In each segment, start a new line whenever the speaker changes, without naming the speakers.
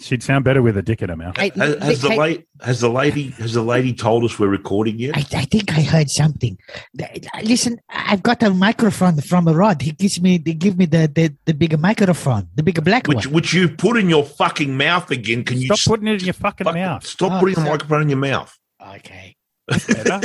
She'd sound better with a dick in her mouth.
I,
Has, has the
I-
late has the lady has the lady told us we're recording yet?
I, I think I heard something. Th- Listen, I've got a microphone from a rod. He gives me, they give me the, the, the bigger microphone, the bigger black
Which
one.
which you put in your fucking mouth again? Can you
Stop
s-
putting it in your fucking
fuck-
mouth.
Stop
Oh,
putting the
so-
microphone in your mouth.
Okay.
Better.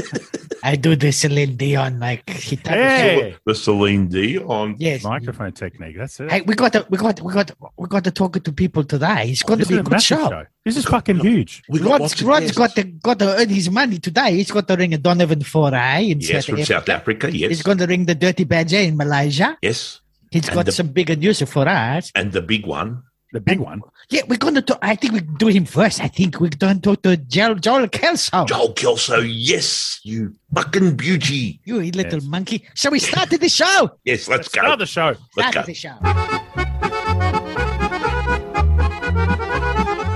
I do the Celine Dion, like he told me-
hey,
The Celine Dion.
Yes.
microphone technique. That's it.
Hey, we got to, we got, we got, we got to talk to people today. It's going
this
to be
is
a
a
good
massive
show.
show. This is fucking huge.
We got
Rod's,
lots of
Rod's
guests.
got to got to earn his money today. He's got to ring a Donovan Foray in
yes
South
from
Africa.
South Africa. Yes,
He's going to ring the Dirty Badger in Malaysia.
yes,
He's
And
got
the-
some bigger news for us.
and the big one.
The big one.
Yeah, we're going to talk. I think we do him first. I think we're going to talk to Joel, Joel Kelso.
Joel Kelso. Yes, you fucking beauty.
You little
Yes.
monkey. So we started the show.
Yes, let's go.
Start the show.
Let's
Started
go.
the show.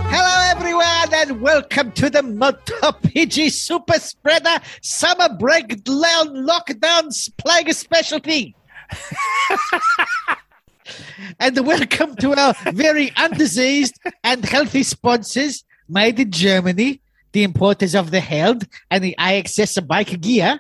Hello, everyone, and welcome to the Moto PG Super Spreader Summer Break Lo- Lockdown Plague Specialty. and welcome to our very undiseased and healthy sponsors, made in Germany, the importers of the Held and the IXS bike gear,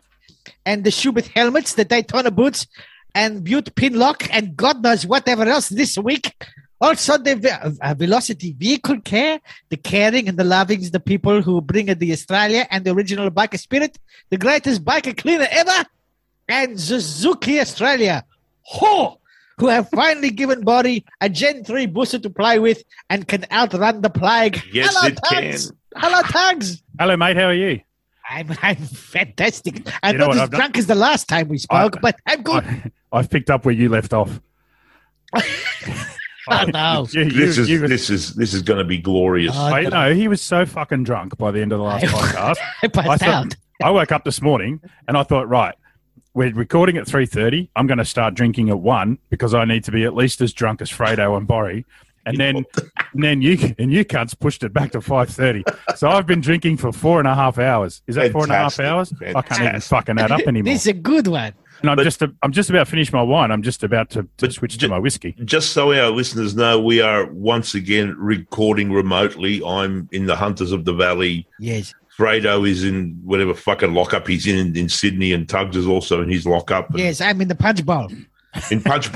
and the Schubert helmets, the Daytona boots, and Butte Pinlock, and God knows whatever else this week. Also, the ve- uh, Velocity Vehicle Care, the caring and the loving is the people who bring the Australia and the original biker spirit, the greatest biker cleaner ever, and Suzuki Australia, ho, who have finally given body a Gen 3 booster to play with and can outrun the plague.
Yes,
Hello,
it can.
Tugs. Hello, Tugs.
Hello, mate. How are you?
I'm, I'm fantastic. I'm
You know
not
what
as
I've done?
drunk as the last time we spoke,
I-
but I'm good.
I, I've picked up where you left off.
oh, no.
You, you,
This is
you-
this is this is going to be glorious.
Oh,
I know he was so fucking drunk by the end of the last
I-
podcast.
I passed
I thought-
out.
I woke up this morning and I thought, right, we're recording at three thirty. I'm going to start drinking at one because I need to be at least as drunk as Fredo and Borry. And then, and then you and you cunts pushed it back to five thirty. So I've been drinking for four and a half hours. Is that four and a half hours?
Fantastic.
I can't even
Fantastic.
fucking add up anymore.
This is a good one.
and I'm
But-
just I'm just about finished my wine. I'm just about to, to
But
switch
ju-
to my whiskey.
Just so our listeners know, we are once again recording remotely. I'm in the Hunters of the Valley.
Yes.
Fredo is in whatever fucking lockup he's in in Sydney, and Tugs is also in his lockup. and-
Yes, I'm in the punch bowl.
In Punch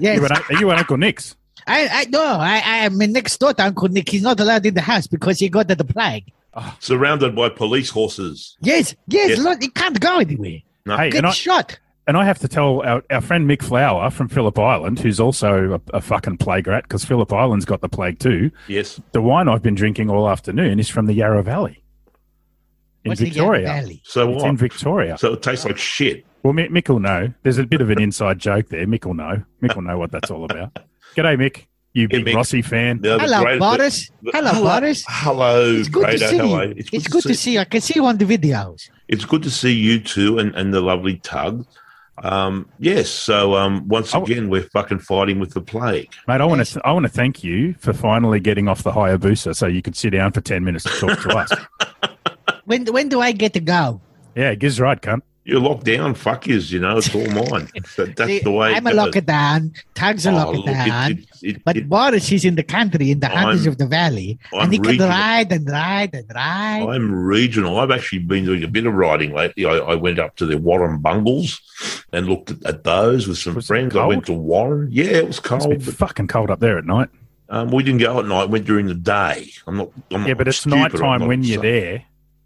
Yes.
You and, un- you and Uncle Nick's.
I, I no, I, I am in next door to Uncle Nick. He's not allowed in the house because he got the plague.
surrounded by police horses.
Yes, yes,
Yes.
Lord, he can't go anywhere.
No.
Hey,
Good
and I,
shot.
and I have to tell our, our friend Mick Flower from Phillip Island, who's also a, a fucking plague rat, because Phillip Island's got the plague too.
Yes.
The wine I've been drinking all afternoon is from the Yarra Valley in
What's the Yarra
Victoria.
Valley?
So
It's in
what?
Victoria.
So it tastes like shit.
Well, Mick, Mick will know. There's a bit of an inside joke there. Mick will know. Mick will know what that's all about. G'day, Mick. You
Yeah,
big
Mick.
Rossi fan.
They're the
Hello,
greatest-
Boris.
the-
Hello, Boris.
Hello,
It's good to
Fredo.
see
Hello.
you. It's, good to see you. I can see you on the videos.
It's good to see you too, and, and the lovely Tug. Um, yes. So um, once
I w-
again, we're fucking fighting with the plague.
Mate, I want to I want to thank you for finally getting off the Hayabusa so you could sit down for 10 minutes to talk to us.
When when do I get to go?
Yeah, Giz right, cunt.
You're locked down. Fuck yous. You know, it's all mine. That- that's
See,
the way.
I'm a
it goes.
locker down. Tags a
Oh,
locker
look, it-
down.
it- it-
But
it-
Boris is in the country, in the hundreds
I'm-
of the valley,
I'm
and he can
regional.
ride and ride and ride.
I'm regional. I've actually been doing a bit of riding lately. I, I went up to the Warren Bungles and looked at, at those with some
Was it
friends. I went to Warren. Yeah, it was
It's
cold.
been
But,
fucking cold up there at night.
um, we didn't go at night. Went during the day. I'm not. I'm
Yeah,
not
but it's
stupid. I'm
nighttime
not
when you're
so-
there.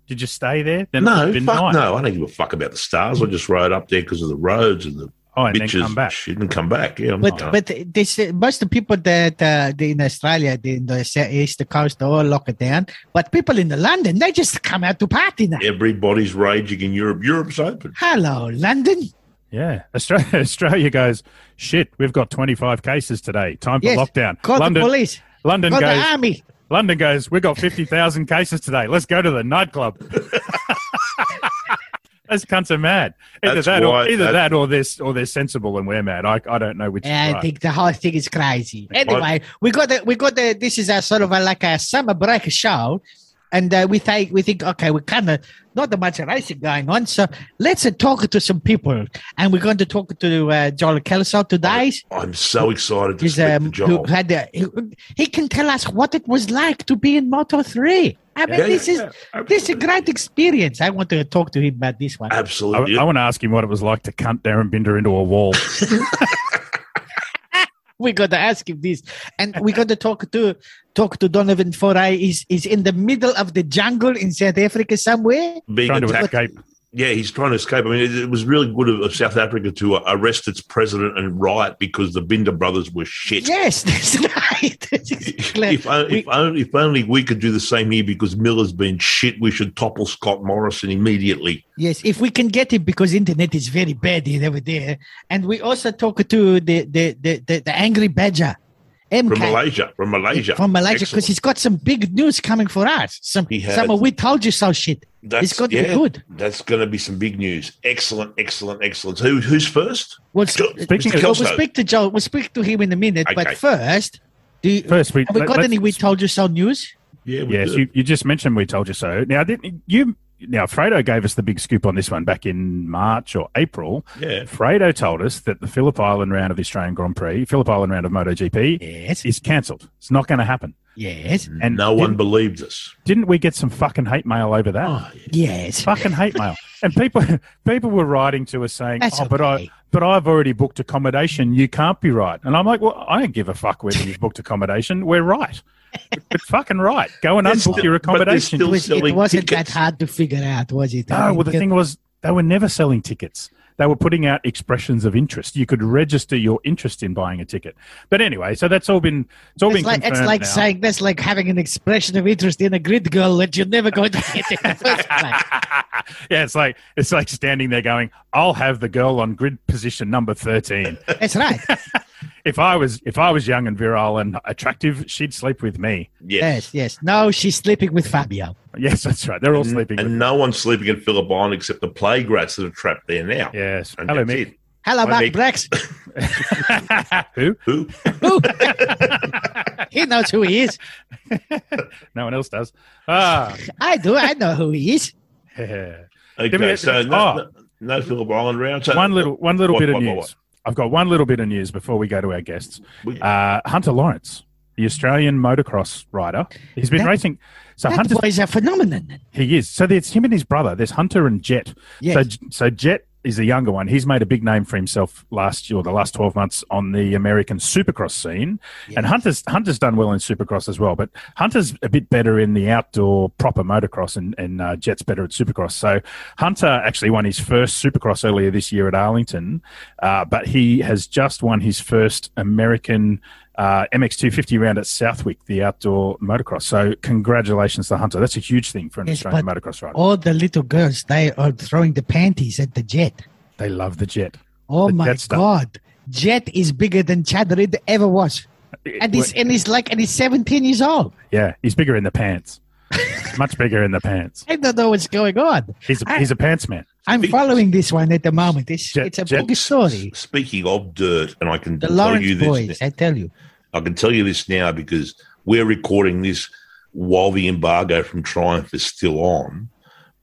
Did you stay there? Then it
No,
would've been
fuck
night.
no. I don't give a fuck about the stars. I just rode up there because of the roads and the
Oh, and
bitches.
then come back.
Shit, and come back. Yeah, I'm
But
not.
but they say most of the people that uh, they in Australia, they in the se- east coast, they all lock it down. But people in the London, they just come out to party now.
Everybody's raging in Europe. Europe's open.
Hello, London.
Yeah. Australia, Australia goes, shit, we've got 25 cases today. Time for
Yes.
lockdown.
Call
London,
the police.
London
Call
goes,
the army.
London goes, we've got 50,000 cases today. Let's go to the nightclub. Those cunts are mad. Either
That's
that, or,
why-
either
that's-
that or they're, or they're sensible and we're mad. I, I don't know which is
Yeah, Uh, I
right.
think the whole thing is crazy. Anyway, we got the we got the this is a sort of a, like a summer break show, and uh, we think we think okay, we kind of not that much racing going on, so let's uh, talk to some people, and we're going to talk to uh, Joel Kelso today.
I'm so excited to
He's
speak to
um, who
Joel.
had the, he, he can tell us what it was like to be in Moto Three. I mean,
Yeah,
this
yeah,
is
yeah,
this is a
absolutely.
great experience. I want to talk to him about this one.
I,
Absolutely.
want to ask him what it was like to cunt Darren Binder into a wall.
we got to ask him this, and we got to talk to talk to Donovan Foray. He's he's in the middle of the jungle in South Africa somewhere.
Being
trying to
attacked.
escape.
Yeah, he's trying to escape. I mean, it, it was really good of, of South Africa to uh, arrest its president and riot because the Binder brothers were shit.
Yes, that's right. That's exactly-
If, on-
we-
if, only, if only we could do the same here because Miller's been shit, we should topple Scott Morrison immediately.
Yes, if we can get it because internet is very bad here over there, and we also talk to the the the, the, the angry badger, MK
From Malaysia. From Malaysia.
from Malaysia, because
Excellent.
he's got some big news coming for us. Some
He has.
some of we told you so shit.
That's-
it's going to
yeah,
be good.
That's going to be some big news. Excellent, excellent, excellent. Who, who's first?
Well,
Jo-
s-
Speaking of-
Mr.
we'll
Kelso.
speak to Joe. We'll speak to him in a minute,
Okay.
but first, do you,
First, we
have we
let-
got
let's-
any? We told you so news.
yeah, we
Yes,
do.
you, you just mentioned we told you so. Now, didn't you? Now, Fredo gave us the big scoop on this one back in March or April.
yeah.
Fredo told us that the Phillip Island round of the Australian Grand Prix, Phillip Island round of MotoGP,
Yes,
is cancelled. It's not going to happen.
yes,
And
Mm. no
didn't-
one believed us.
Didn't we get some fucking hate mail over that?
Oh, yeah.
yes.
Fucking hate mail. And people people were writing to us saying,
That's
"Oh, but I
okay.
but I've already booked accommodation. You can't be right." And I'm like, "Well, I don't give a fuck whether you've booked accommodation. We're right. We're fucking right. Go and
They're
unbook
still-
your
but they're
accommodation."
still
It, was,
selling
not that
tickets.
hard to figure out, was it? I
No, well, the
mean,
thing was, they were never selling tickets. They were putting out expressions of interest. You could register your interest in buying a ticket. But anyway, so that's all been it's all
It's
been
like, it's
confirmed
like
now.
saying that's like having an expression of interest in a grid girl that you're never going to get in the first place.
yeah, it's like it's like standing there going, "I'll have the girl on grid position number thirteen.
That's right.
if I was if I was young and virile and attractive, she'd sleep with me."
Yes.
Yes, yes. No, she's sleeping with Fabio.
Yes, that's right. They're all sleeping. with
Mm-hmm. And no one's sleeping at Phillip Island except the plague rats that are trapped there now.
Yes.
And
Hello,
that's
Mick.
it.
Hello,
Hi,
Mark
Mick.
Brax.
Who?
Who?
Who? he knows who he is.
No one else does. Ah.
I do. I know who he is.
Okay,
minute-
so no,
oh.
no, no Phillip Island round. So
one little one little
What,
bit of
what,
news.
what,
I've got one little bit of news before we go to our guests.
We-
Uh, Hunter Lawrence, the Australian motocross rider, he's been
That-
racing. So
That
Hunter,
boy is a phenomenon.
he is. So there's him and his brother. There's Hunter and Jet.
Yes.
So so Jet is the younger one. He's made a big name for himself last year, or the last twelve months on the American Supercross scene. And Hunter's Hunter's done well in Supercross as well, but Hunter's a bit better in the outdoor proper motocross, and and uh, Jet's better at Supercross. So Hunter actually won his first Supercross earlier this year at Arlington, uh, but he has just won his first American. Uh, MX250 round at Southwick, the outdoor motocross. So, congratulations to Hunter. That's a huge thing for an
Yes,
Australian
but-
motocross rider.
All the little girls, they are throwing the panties at the jet.
They love the jet.
Oh
The
my
jet stuff.
God. Jet is bigger than Chad Reed ever was. And he's, and he's like, and he's 17 years old.
Yeah, he's bigger in the pants. Much bigger in the pants.
I don't know what's going on.
He's a,
Ah.
I-
he's a pants man.
I'm
Speak-
following this one at the moment. It's,
Jet-
it's a
Jet-
big story.
Speaking of dirt, and I can
The
tell you
Lawrence
this,
boys, I tell you.
I can tell you this now because we're recording this while the embargo from Triumph is still on.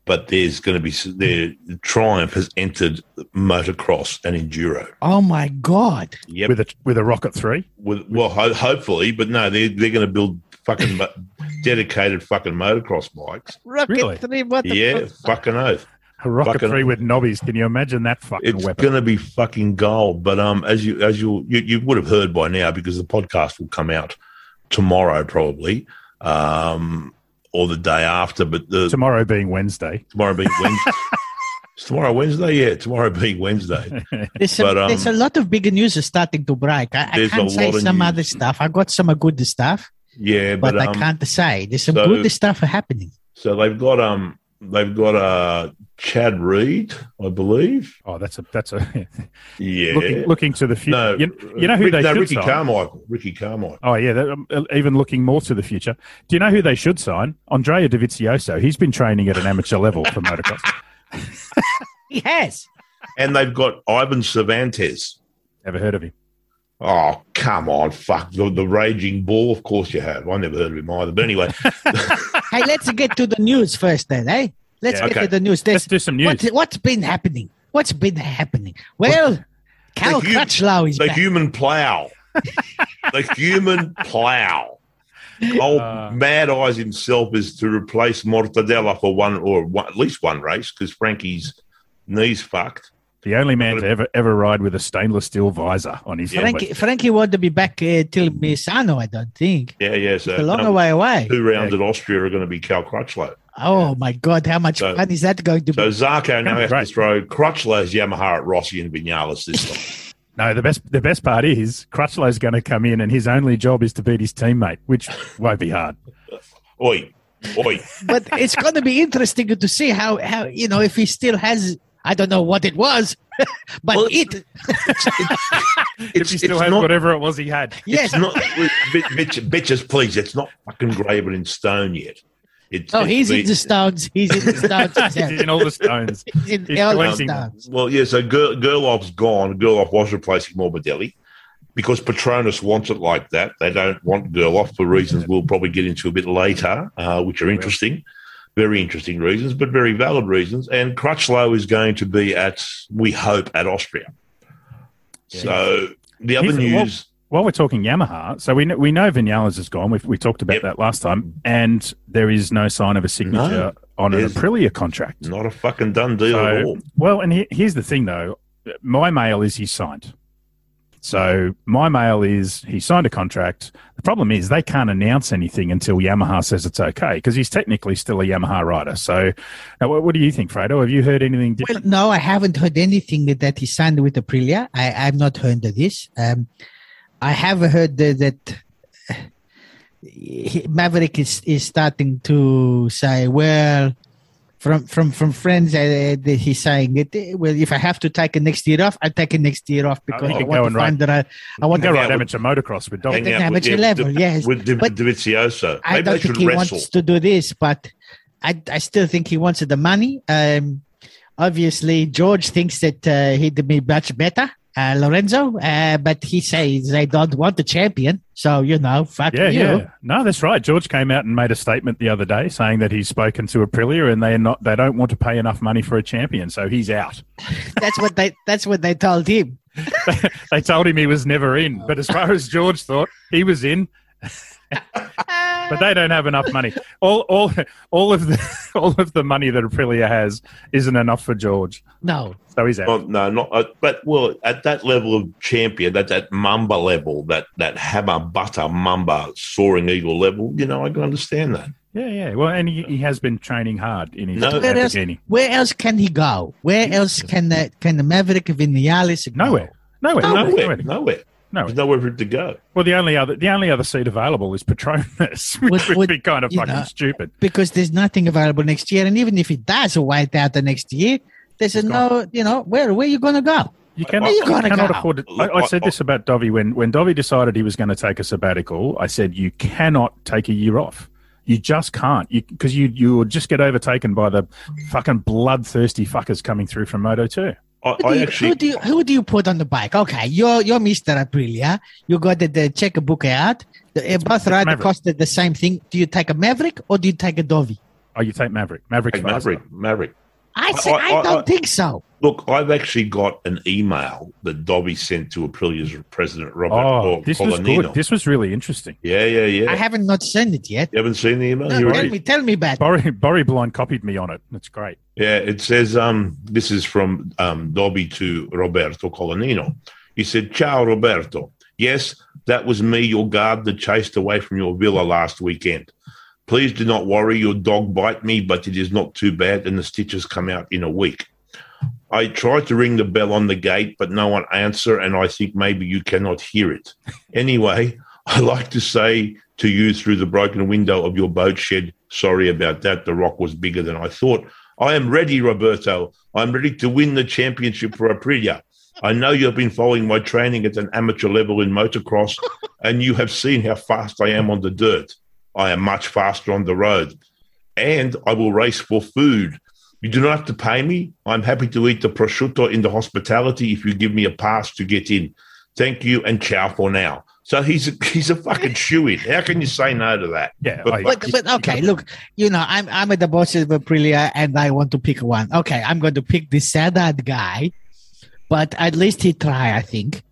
But there's going to be there. Triumph has entered motocross and enduro.
Oh my God.
Yep.
With a with a rocket three.
With, well, ho- hopefully, but no, they're they're going to build fucking mo- dedicated fucking motocross bikes.
Rocket
Really?
three, what the
Yeah,
fuck?
fucking oath.
A rocket
Fucking-
three with knobbies. Can you imagine that fucking
It's
weapon?
gonna be fucking gold. But um, as you as you you, you would have heard by now because the podcast will come out tomorrow probably, um, or the day after. But the
Tomorrow being Wednesday.
tomorrow being Wednesday. It's tomorrow Wednesday, yeah. Tomorrow being Wednesday.
There's, a,
But, um,
there's a lot of big news is starting to break. I, I
There's a
can't say
lot of
some
news.
other stuff. I got some good stuff,
Yeah,
but,
but, um,
I can't say. There's some
so-
good stuff happening.
so they've got um they've got uh Chad Reed, I believe.
Oh, that's a that's a
Yeah.
looking, looking to the future.
no,
you, you know who
Rick-
they
no,
should
Ricky
sign.
Carmichael. Ricky Carmichael.
Oh yeah, that, um, even looking more to the future. Do you know who they should sign? Andrea Davizioso. He's been training at an amateur level for motocross.
He has.
And they've got Ivan Cervantes.
Never heard of him.
Oh, come on, fuck. The, the Raging Bull, of course you have. I never heard of him either. But anyway,
Hey, let's get to the news first, then, eh? Let's
Yeah,
get
okay.
to the news.
Let's
There's,
do some news.
what, what's been happening? What's been happening? Well, Cal
The hu-
Crutchlow is
the
back.
human plow. the human plow. Old
Uh.
Mad Eyes himself is to replace Mortadella for one or one, at least one race because Frankie's knee's fucked.
The only man to ever ever ride with a stainless steel visor on his
Yeah,
helmet.
Frankie, Frankie want to be back uh, till Misano, I don't think.
Yeah, yeah. So
It's a long
um,
way away.
two rounds at Austria are going to be Cal Crutchlow.
Oh my God, how much
So-
fun is that going to be?
So Zarko now
Sounds
has
great.
to throw Crutchlow's Yamaha at Rossi and Vinales this time.
No, the best the best part is Crutchlow's going to come in, and his only job is to beat his teammate, which won't be hard.
Oi, oi.
but it's going to be interesting to see how, how you know if he still has I don't know what it was, but
Well,
it
if
It's,
he
it's
still has
not,
whatever it was he had,
yes.
it's not, bitch, bitch- bitches, please. It's not fucking graven in stone yet. It's,
oh,
it's
he's
the-
in the stones. He's in the stones.
he's
himself.
in all the stones.
He's in
he's
all the
collecting-
stones.
Well, yeah, so Ger- Gerloff's gone. Gerloff was replacing Morbidelli because Patronus wants it like that. They don't want Gerloff for reasons we'll probably get into a bit later, uh, which are interesting, very interesting reasons, but very valid reasons. And Crutchlow is going to be at, we hope, at Austria. So the other
He's- well-
news.
While we're talking Yamaha, so we know, we know Vinales is gone. We've, we talked about
Yep.
that last time, and there is no sign of a signature on an
there's-
Aprilia contract.
Not a fucking done deal at
So-
all.
Well, and he, here's the thing though, my mail is he signed. So my mail is he signed a contract. The problem is they can't announce anything until Yamaha says it's okay because he's technically still a Yamaha rider. So, now what, what do you think, Fredo? Have you heard anything
Well,
different?
no, I haven't heard anything that, that he signed with Aprilia. I, I've not heard of this. Um, I have heard that, that uh, he- Maverick is, is starting to say, well, from from from friends uh, that he's saying it. eh, Well, if I have to take it next year off, I take it next year off because
Oh, he
I
can
want
go
to
and ride-
find that I, I
Well,
want
go
to
hang
ride
out
amateur motocross with
Hang
Dom.
Hang
out with-
amateur
yeah, with
level,
Div-
yes.
With Div-
But-
Davizioso.
I
Maybe
don't
they
think
should
he
wrestle.
wants to do this, but I, I still think he wants the money. Um, obviously, George thinks that uh, he'd be much better, uh, Lorenzo, uh, but he says they don't want the champion. So, you know, fuck
Yeah,
you.
yeah. No, that's right. George came out and made a statement the other day saying that he's spoken to Aprilia and they're not they don't want to pay enough money for a champion, so he's out.
That's what they that's what they told him.
They told him he was never in, but as far as George thought, he was in. but they don't have enough money. All, all, all of the, all of the money that Aprilia has isn't enough for George,
No.
so he's out.
Well, no, not uh, but well at that level of champion, at that Mamba level, that that hammer butter Mamba soaring eagle level. You know, I can understand that.
Yeah, yeah. Well, and he, he has been training hard in his
No.
Where else,
Lamborghini.
where else can he go? Where else can the can the Maverick Vinales go?
Nowhere, nowhere,
Nowhere,
nowhere,
nowhere,
nowhere.
there's nowhere for it to go.
Well, the only other, the only other seat available is Patronus, which
Would-
would,
would-
be kind of
you
fucking
know,
stupid.
because there's nothing available next year. And even if it does white out the next year, there's a no, you know, where where you gonna go?
You cannot,
Where you
you
gonna
cannot
go?
afford it. I, I said this about Dovey when when Dovey decided he was going to take a sabbatical. I said you cannot take a year off. You just can't. You because you you will just get overtaken by the fucking bloodthirsty fuckers coming through from Moto Two.
I,
Who do,
I
you, who,
actually,
do you, who do you put on the bike? Okay, you're you're Mister Aprilia. You got the, the checkbook out. The, uh, both rider
Maverick.
costed the same thing. Do you take a Maverick or do you take a Dovey?
Oh, you take Maverick. Maverick's
Hey,
faster.
Maverick, Maverick.
I
I-
say, I,
I- I-
don't
I-
think so.
Look, I've actually got an email that Dobby sent to Aprilia's president Robert
Oh,
Col-
this was
Colonnino.
good. This was really interesting.
yeah, yeah, yeah.
I haven't not seen it yet.
you haven't seen the email?
No,
Here it
tell
is.
me, tell me about. it.
Borry, Borry Blind copied me on it. That's great.
Yeah, it says um, this is from um, Dobby to Roberto Colonino. He said, Ciao, Roberto. Yes, that was me, your guard that chased away from your villa last weekend. Please do not worry, your dog bite me, but it is not too bad, and the stitches come out in a week. I tried to ring the bell on the gate, but no one answer, and I think maybe you cannot hear it. Anyway, I like to say to you through the broken window of your boat shed, sorry about that, the rock was bigger than I thought. I am ready, Roberto. I'm ready to win the championship for Aprilia. I know you have been following my training at an amateur level in motocross, and you have seen how fast I am on the dirt. I am much faster on the road, and I will race for food. You do not have to pay me. I'm happy to eat the prosciutto in the hospitality if you give me a pass to get in. Thank you and ciao for now. So he's a, he's a fucking shoe in. How can you say no to that?
Yeah,
But-
I-
But, but okay, look, you know, I'm I'm at the bosses of Aprilia and I want to pick one. Okay, I'm going to pick this sad-eyed guy, but at least he try, I think.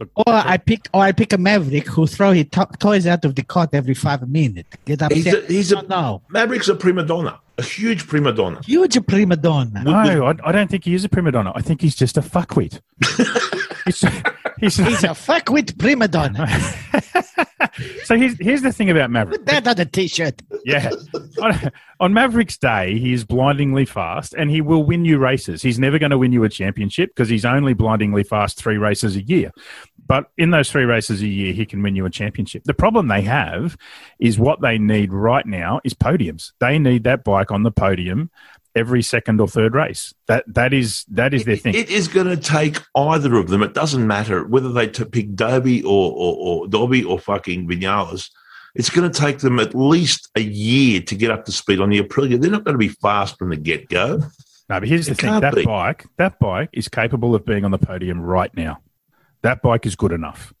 Look-
Or I pick or I pick a Maverick who throw his to- toys out of the cot every five minutes. Get
He's
upset.
a, he's
No,
a
no.
Maverick's a prima donna, a huge prima donna.
Huge prima donna.
no, I, I don't think he is a prima donna. I think he's just a fuckwit. he's, he's-
He's a fuckwit prima donna.
so here's, here's the thing about Maverick.
Put that on a t-shirt.
Yeah. on, on Maverick's day, he is blindingly fast and he will win you races. He's never going to win you a championship because he's only blindingly fast three races a year. But in those three races a year, he can win you a championship. The problem they have is what they need right now is podiums. They need that bike on the podium every second or third race. That that is that is their thing.
It is going to take either of them. It doesn't matter whether they t- pick Dobie or, or, or Dobby or fucking Vinales. It's going to take them at least a year to get up to speed on the Aprilia. They're not going to be fast from the get go.
No, but here's the
It
thing:
can't
that
be.
bike, that bike is capable of being on the podium right now. That bike is good enough.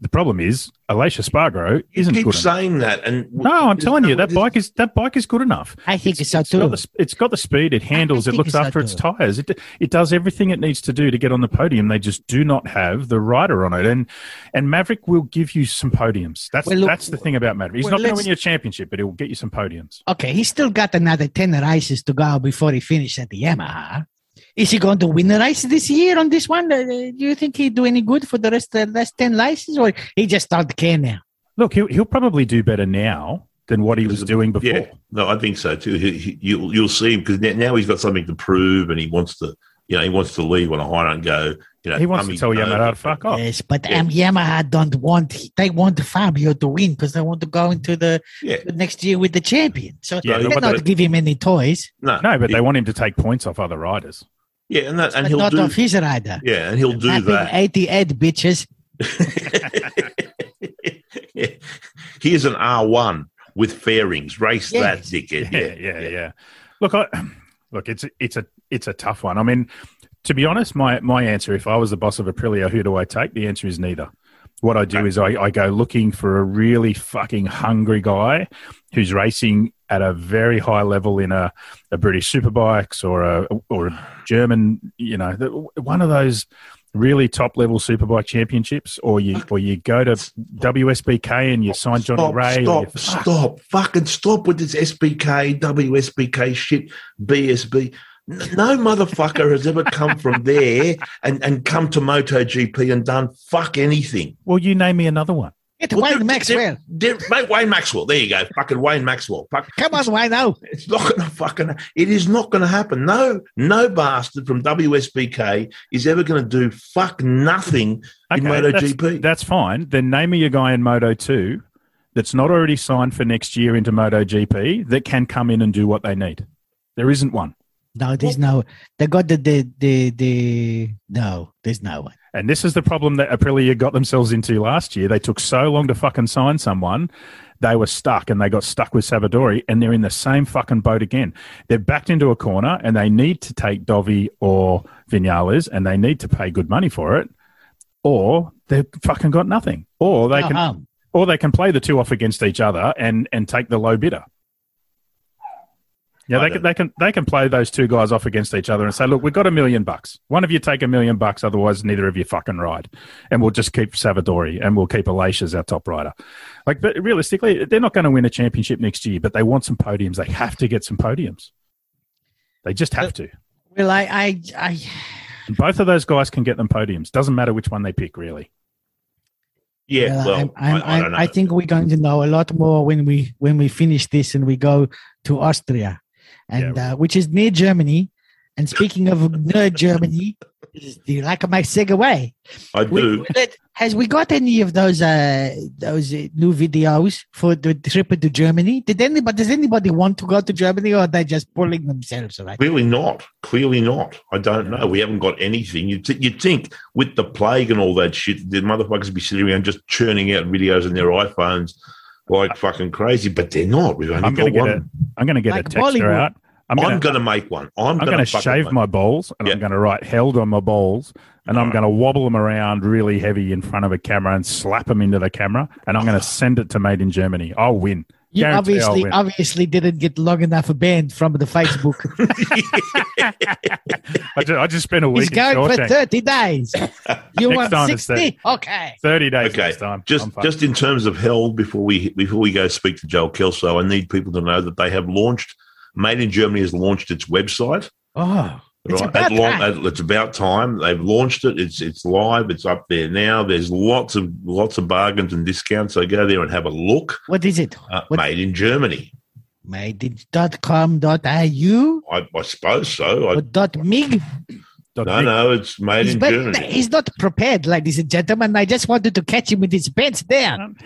The problem is, Alicia Spargo isn't
Keep
good enough.
saying that, and
No, I'm
There's
telling
no-
you, that
there's-
bike is that bike is good enough.
I think it's, so
It's got
too.
the, sp- it's got the speed. It handles. It
think
looks
so
after its
too.
tyres. It it does everything it needs to do to get on the podium. They just do not have the rider on it. And and Maverick will give you some podiums. That's
Well, look-
that's the thing about Maverick. He's
Well,
not going to
let's-
win you a championship, but he will get you some podiums.
Okay, he's still got another 10 races to go before he finishes at the Yamaha. Is he going to win a race this year on this one? Uh, Do you think he do any good for the rest of the last 10 races or he just don't care now?
Look, he'll he'll probably do better now than what he was doing before.
Yeah, no, I think so too. He, he, you'll you'll see him because now he's got something to prove, and he wants to, you know, he wants to leave on a high and go. You know,
He wants
"Mummy,
to tell
no."
Yamaha to fuck off.
Yes, but
Oh, Yeah.
um, Yamaha don't want, they want Fabio to win because they want to go into the
Yeah,
the next year with the champion. So
Yeah,
they're
but
not
they-
give him any toys,
no,
No, but they want him to take points off other riders.
yeah, and that, and
but
he'll
not
do,
of his rider.
yeah, and he'll do
Happy
that.
88 bitches.
Here's an R1 with fairings. Race
Yes.
that, dickhead.
yeah, yeah, yeah. Look, I, look, it's it's a it's a tough one. I mean, to be honest, my my answer, if I was the boss of Aprilia, who do I take? The answer is neither. What I do
Okay.
is I, I go looking for a really fucking hungry guy who's racing at a very high level in a, a British Superbikes or a or a German, you know, the, one of those really top level Superbike championships, or you or you go to WSBK and you sign Johnny
Stop,
Ray. or you- Ah,
stop, stop. Fucking stop with this SBK, WSBK shit, BSB. N- No motherfucker has ever come from there and, and come to MotoGP and done fuck anything.
Well, you name me another one.
Get
Well,
Wayne
they're-
Maxwell.
They're- mate, Wayne Maxwell. There you go. Fucking Wayne Maxwell. Fuck,
Come on, Wayne, now.
It's not going to fucking. It is not going to happen. No, no bastard from WSBK is ever going to do fuck nothing in
that's-
MotoGP.
That's fine. Then name me a guy in Moto Two that's not already signed for next year into Moto GP that can come in and do what they need. There isn't one,
No, there's no. They got the the the, the no. There's no one.
and this is the problem that Aprilia got themselves into last year. They took so long to fucking sign someone. They were stuck and they got stuck with Savadori and they're in the same fucking boat again. They're backed into a corner and they need to take Dovi or Vinales and they need to pay good money for it or they've fucking got nothing. Or they
Go
can
home.
or they can play the two off against each other and and take the low bidder. Yeah, they
I
can, they can they can play those two guys off against each other and say, look, we've got a million bucks. One of you take a million bucks, otherwise neither of you fucking ride, and we'll just keep Savadori and we'll keep Alacia as our top rider. Like, but realistically, they're not going to win a championship next year, but they want some podiums. They have to get some podiums. They just have to.
Well, I I I.
And both of those guys can get them podiums. Doesn't matter which one they pick, really.
yeah, well,
I'm, I'm,
I, I
I,
don't know.
I think we're going to know a lot more when we when we finish this and we go to Austria, and uh, which is near Germany. And speaking of near Germany, do you like my segue?
I
We-
do.
that- has we got any of those uh those uh, new videos for the trip to Germany? Did anybody does anybody want to go to Germany or are they just pulling themselves right?
Clearly not. Clearly not. I don't know. We haven't got anything. You'd, th- you'd think with the plague and all that shit, the motherfuckers would be sitting around just churning out videos on their iPhones like fucking crazy, but they're not. We've only
I'm
got
going to get
one.
a I'm going to get
Like
a texture
Bollywood.
out. I'm going
I'm
to
going to make one. I'm,
I'm
going to
going to shave my balls and
Yeah.
I'm going to write held on my balls and I'm going to wobble them around really heavy in front of a camera and slap them into the camera, and I'm going to send it to Made in Germany. I'll win. Guarantee
You
I'll
obviously
win.
obviously didn't get long enough a band from the Facebook.
I just, I just spent a week
He's
in
going for
Shawshank.
thirty days. You
Next
want
time it's
sixty? Okay.
30 days
Okay,
next time.
just
I'm fucked.
just in terms of hell, before we before we go speak to Joel Kelso, I need people to know that they have launched. Made in Germany has launched its website.
Oh, It's about
at long,
time.
at- it's about time they've launched it. It's it's live. It's up there now. There's lots of lots of bargains and discounts. So go there and have a look.
what is it?
Uh,
What-
made in Germany,
Made.com.au
I, I suppose so. I,
or dot mig?
Dot
no,
Nick.
no, it's made
He's,
in
very-
Germany.
he's not prepared, ladies and gentlemen. I just wanted to catch him with his pants down.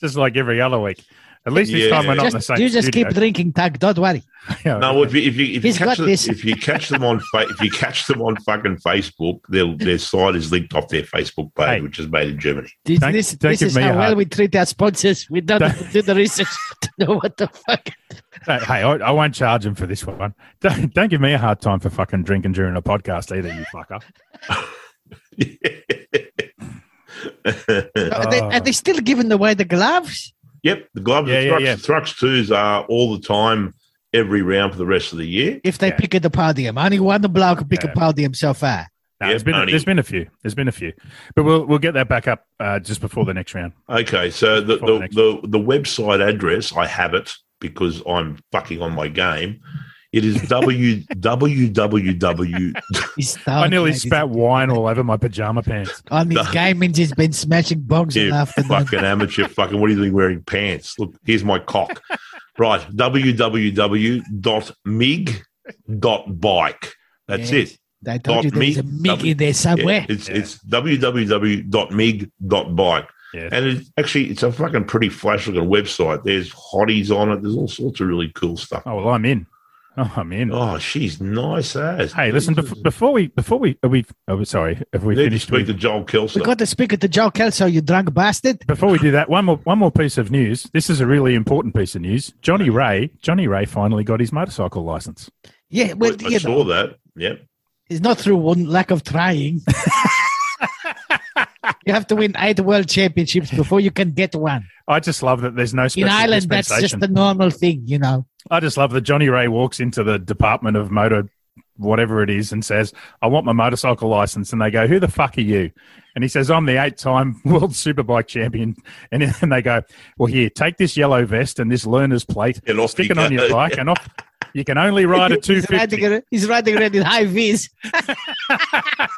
Just like every other week. At least this
Yeah.
time we're not in the
Just,
same
you just keep drinking, Tug. Don't worry.
No, if you if you if you,
He's
catch
got
them,
this.
if you catch them on fa- if you catch them on fucking Facebook, their their site is linked off their Facebook page,
Hey.
which is made in Germany.
This,
Don't-
this,
don't
this
give
is
me a
how well
hard-
we treat our sponsors. We don't have to do the research to know what the fuck.
Hey, I, I won't charge him for this one. Don't, don't give me a hard time for fucking drinking during a podcast either, you fucker.
Are,
Oh.
they, are they still giving away the gloves?
yep, the gloves,
Yeah,
and
yeah,
thrux,
yeah.
thrux twos are all the time, every round for the rest of the year.
If they
Yeah.
pick at the podium, only one bloke pick a
Yeah.
podium so far.
No,
Yeah,
there's been a,
Tony.
there's been a few. There's been a few, but we'll we'll get that back up uh, just before the next round.
Okay, so the
Before the
the,
next
the the website address I have it because I'm fucking on my game. It is w www.
He's
I
starving,
nearly
ladies.
spat wine all over my pajama pants.
On his game means he's been smashing bongs uh, all
Yeah,
afternoon.
fucking amateur. fucking what are you doing wearing pants? Look, here's my cock. Right, www.mig.bike. That's
Yes,
it.
I told
Dot
you there was
me-
a mig
W-
in there
Yeah,
somewhere.
it's
Yeah.
it's www.mig.bike.
Yeah,
And it's actually it's a fucking pretty flash looking website. There's hotties on it. There's all sorts of really cool stuff.
Oh well, I'm in. Oh, I'm in.
Oh, she's nice as.
Hey, listen. Bef- before we, before we, are we? Are we sorry, have we
we need to
finished?
speak to
with-
Joel
We
Kelso.
got to speak to Joe Kelso, you drunk bastard.
before we do that, one more, one more piece of news. This is a really important piece of news. Johnny Ray, Johnny Ray finally got his motorcycle license.
Yeah, well,
I
you know,
saw that. Yep.
it's not through one lack of trying. you have to win eight world championships before you can get one.
I just love that there's no
In
special
Ireland, that's
dispensation.
just a normal thing, you know.
I just love that Johnny Ray walks into the Department of Motor, whatever it is, and says, I want my motorcycle license. And they go, Who the fuck are you? And he says, I'm the eight time world superbike champion. And then they go, Well, here, take this yellow vest and this learner's plate,
And off
stick
you
it on
go.
your bike, and off. You can only ride a
He's riding,
250.
around, he's riding around in high vis.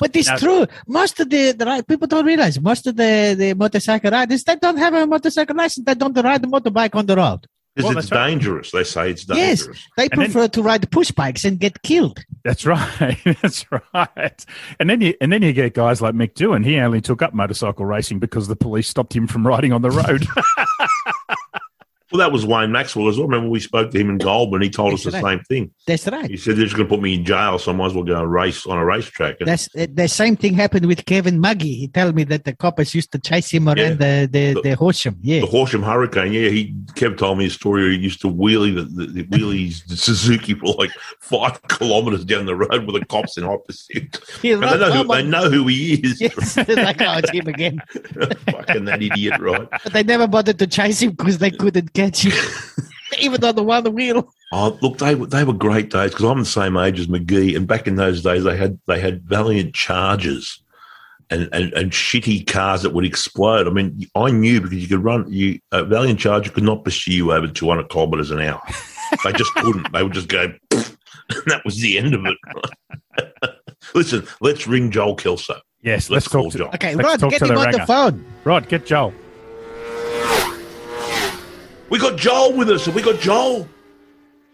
but it's
No.
true. Most of the, the ri- people don't realize most of the, the motorcycle riders they don't have a motorcycle license. They don't ride a motorbike on the road.
Because
Well,
it's
that's right.
dangerous. They say it's
Yes.
dangerous.
They
And then-
prefer to ride push bikes and get killed.
That's right. That's right. And then you and then you get guys like Mick Doohan. He only took up motorcycle racing because the police stopped him from riding on the road.
Well, that was Wayne Maxwell as well. Remember, we spoke to him in Goulburn. He told us the
That's
same thing.
That's right.
He said, They're just going to put me in jail, so I might as well go and race on a racetrack. And
That's uh, the same thing happened with Kevin Muggy. He told me that the coppers used to chase him around the the,
The-
the Horsham. Yeah,
Oh.
the Horsham Hurricane, yeah, he kept telling me a story. He used to wheelie the, the, the wheelies the Suzuki for like five kilometers down the road with the cops in hot pursuit.
he
And they
ran
know, who,
home
they
on-
know who he is.
Yes, they're like oh, it's him again.
Fucking that idiot, right?
But they never bothered to chase him because they couldn't catch him, even on the one wheel.
Oh, look, they were they were great days because I'm the same age as McGee, and back in those days they had they had valiant chargers, and and, and shitty cars that would explode. I mean, I knew because you could run you a valiant charger could not pursue you over 200 kilometres an hour. They just couldn't. They would just go. "Pfft," and that was the end of it. Listen, let's ring Joel Kelso.
yes,
Let's
let's,
call
talk to
John.
Okay,
Let's
Rod,
talk
get
to
him
the
on the
ringer.
phone.
Rod, get Joel.
We got Joel with us. Have we got Joel?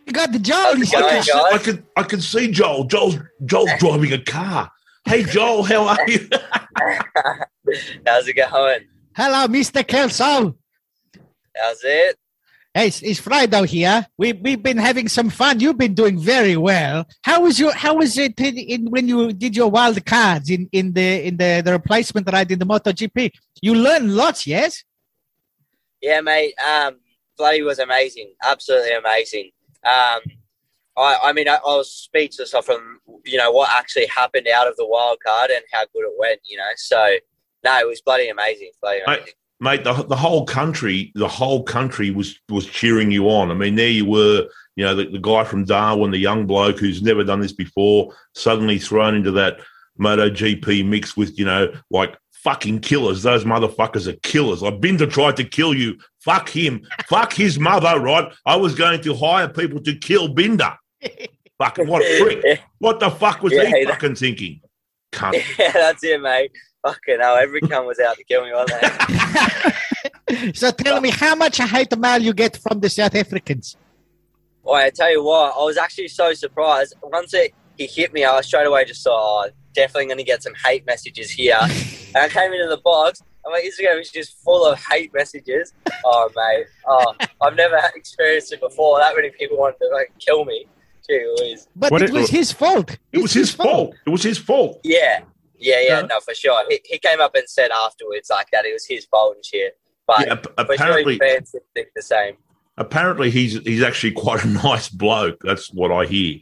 You got the Joel. He's
I
on.
can, see, I can I can see Joel. Joel's Joel's driving a car. Hey Joel, how are you?
How's it going?
Hello, Mr. Kelso.
How's it?
Hey, it's, it's Friday here. We we've been having some fun. You've been doing very well. How was your How was it in, in when you did your wild cards in in the in the, the replacement ride in the MotoGP? You learned lots, yes.
Yeah, mate. Um, bloody was amazing. Absolutely amazing. Um, I, I mean, I, I was speechless from you know what actually happened out of the wild card and how good it went. You know, so no, it was bloody amazing. Bloody
I-
amazing.
mate. The, the whole country, the whole country was was cheering you on. I mean, there you were. You know, the, the guy from Darwin, the young bloke who's never done this before, suddenly thrown into that MotoGP mix with you know, like fucking killers. Those motherfuckers are killers. I've been to try to kill you. Fuck him. Fuck his mother. Right? I was going to hire people to kill Binder. Fucking what a prick. What the fuck was
Yeah,
he
that-
fucking thinking? Cunt.
yeah, that's it, mate. Fucking hell, every cunt was out to kill me, wasn't they?
so tell me how much hate mail you get from the South Africans.
Boy, I tell you what, I was actually so surprised. Once it he hit me, I was straight away just saw, oh, definitely going to get some hate messages here. and I came into the box, and my Instagram was just full of hate messages. Oh, mate. Oh, I've never had- experienced it before. That many people wanted to like, kill me. Gee whiz.
But
What
it
it-
was his fault.
It was his fault. It was his fault.
Yeah. Yeah, yeah,
Yeah.
no, for sure. He, he came up and said afterwards, like, that it was his fault and shit. But
Yeah, ap-
for sure, his
apparently,
fans didn't think the same.
apparently he's he's actually quite a nice bloke. That's what I hear,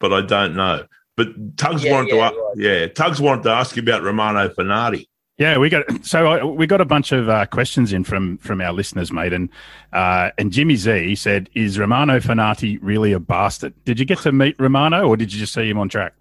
but I don't know. But Tugs
Yeah,
wanted
yeah,
to
he was.
yeah, Tugs wanted to ask you about Romano Finardi.
Yeah, we got so I, we got a bunch of uh, questions in from from our listeners, mate, and uh, and Jimmy Z said, "Is Romano Fanati really a bastard? Did you get to meet Romano, or did you just see him on track?"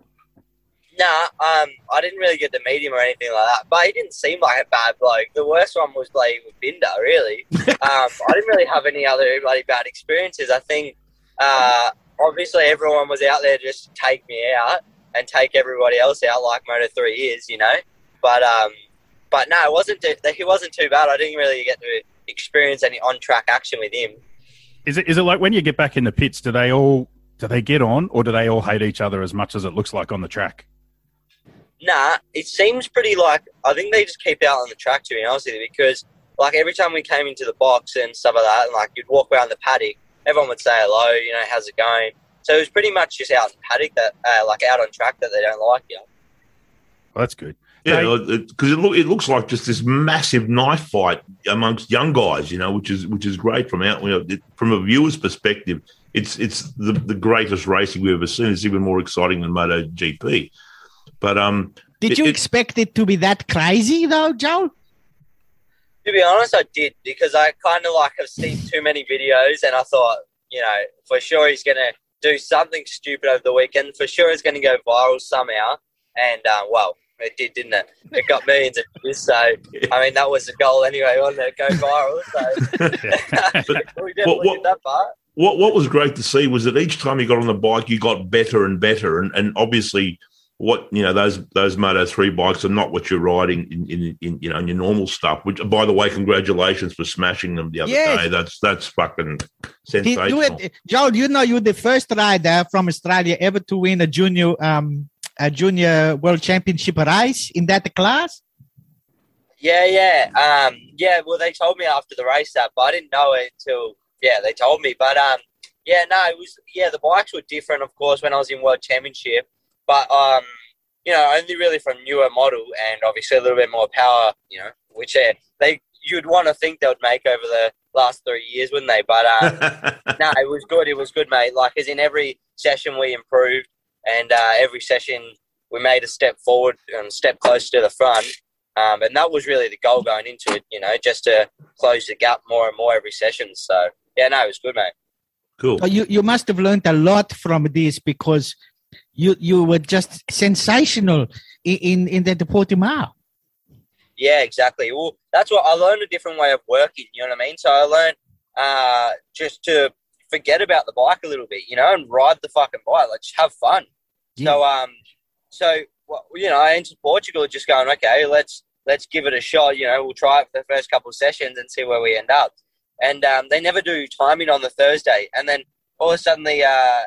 Nah, um, I didn't really get to meet him or anything like that, but he didn't seem like a bad bloke. The worst one was playing with Binder, really. Um, I didn't really have any other bloody bad experiences. I think uh, obviously everyone was out there just to take me out and take everybody else out, like Moto Three is, you know. But um, but no, it wasn't. Too, he wasn't too bad. I didn't really get to experience any on track action with him.
Is it is it like when you get back in the pits? Do they all do they get on, or do they all hate each other as much as it looks like on the track?
Nah, it seems pretty like I think they just keep out on the track to be honest with you because like every time we came into the box and stuff like that, and like you'd walk around the paddock, everyone would say hello, you know, how's it going? So it was pretty much just out in paddock that uh, like out on track that they don't like you.
Well, that's good.
Yeah,
Hey.
because it, look, it looks like just this massive knife fight amongst young guys, you know, which is which is great from out you know, it- from a viewer's perspective. It's it's the, the greatest racing we've ever seen. It's even more exciting than MotoGP. But um,
Did
It-
you
it-
expect it to be that crazy though, Joel?
To be honest, I did because I kind of like have seen too many videos, and I thought, you know, for sure he's gonna do something stupid over the weekend. For sure, it's gonna go viral somehow. And uh, well, it did, didn't it? It got millions of views. So I mean, that was the goal anyway, wasn't it? Go viral. So we definitely
What- what-
did that part.
what what was great to see was that each time you got on the bike, you got better and better, and and obviously, what you know those those Moto three bikes are not what you're riding in, in, in you know in your normal stuff. Which, by the way, congratulations for smashing them the other
Yes.
day. That's that's fucking
He-
sensational.
you were- Joel, you know you're the first rider from Australia ever to win a junior um a junior world championship race in that class.
Yeah, yeah, um, yeah. Well, they told me after the race that, but I didn't know it until yeah they told me. But um, yeah, no, it was yeah the bikes were different, of course, when I was in World Championship, but um, you know, only really from newer model and obviously a little bit more power, you know, which uh, they you'd want to think they would make over the last three years, wouldn't they? But um, no, it was good. It was good, mate. Like, as in every session we improved, and uh, every session we made a step forward and a step closer to the front. Um, and that was really the goal going into it, you know, just to close the gap more and more every session. So yeah, no, it was good, mate.
cool.
So you, you must have learned a lot from this because you you were just sensational in in, in the Portimao.
Yeah, exactly. Well, that's what I learned a different way of working. You know what I mean? So I learned uh, just to forget about the bike a little bit, you know, and ride the fucking bike. Like, just have fun. So, um, so well, you know, I entered Portugal just going, okay, let's let's give it a shot. You know, we'll try it for the first couple of sessions and see where we end up. And um, they never do timing on the Thursday, and then all of a sudden the uh,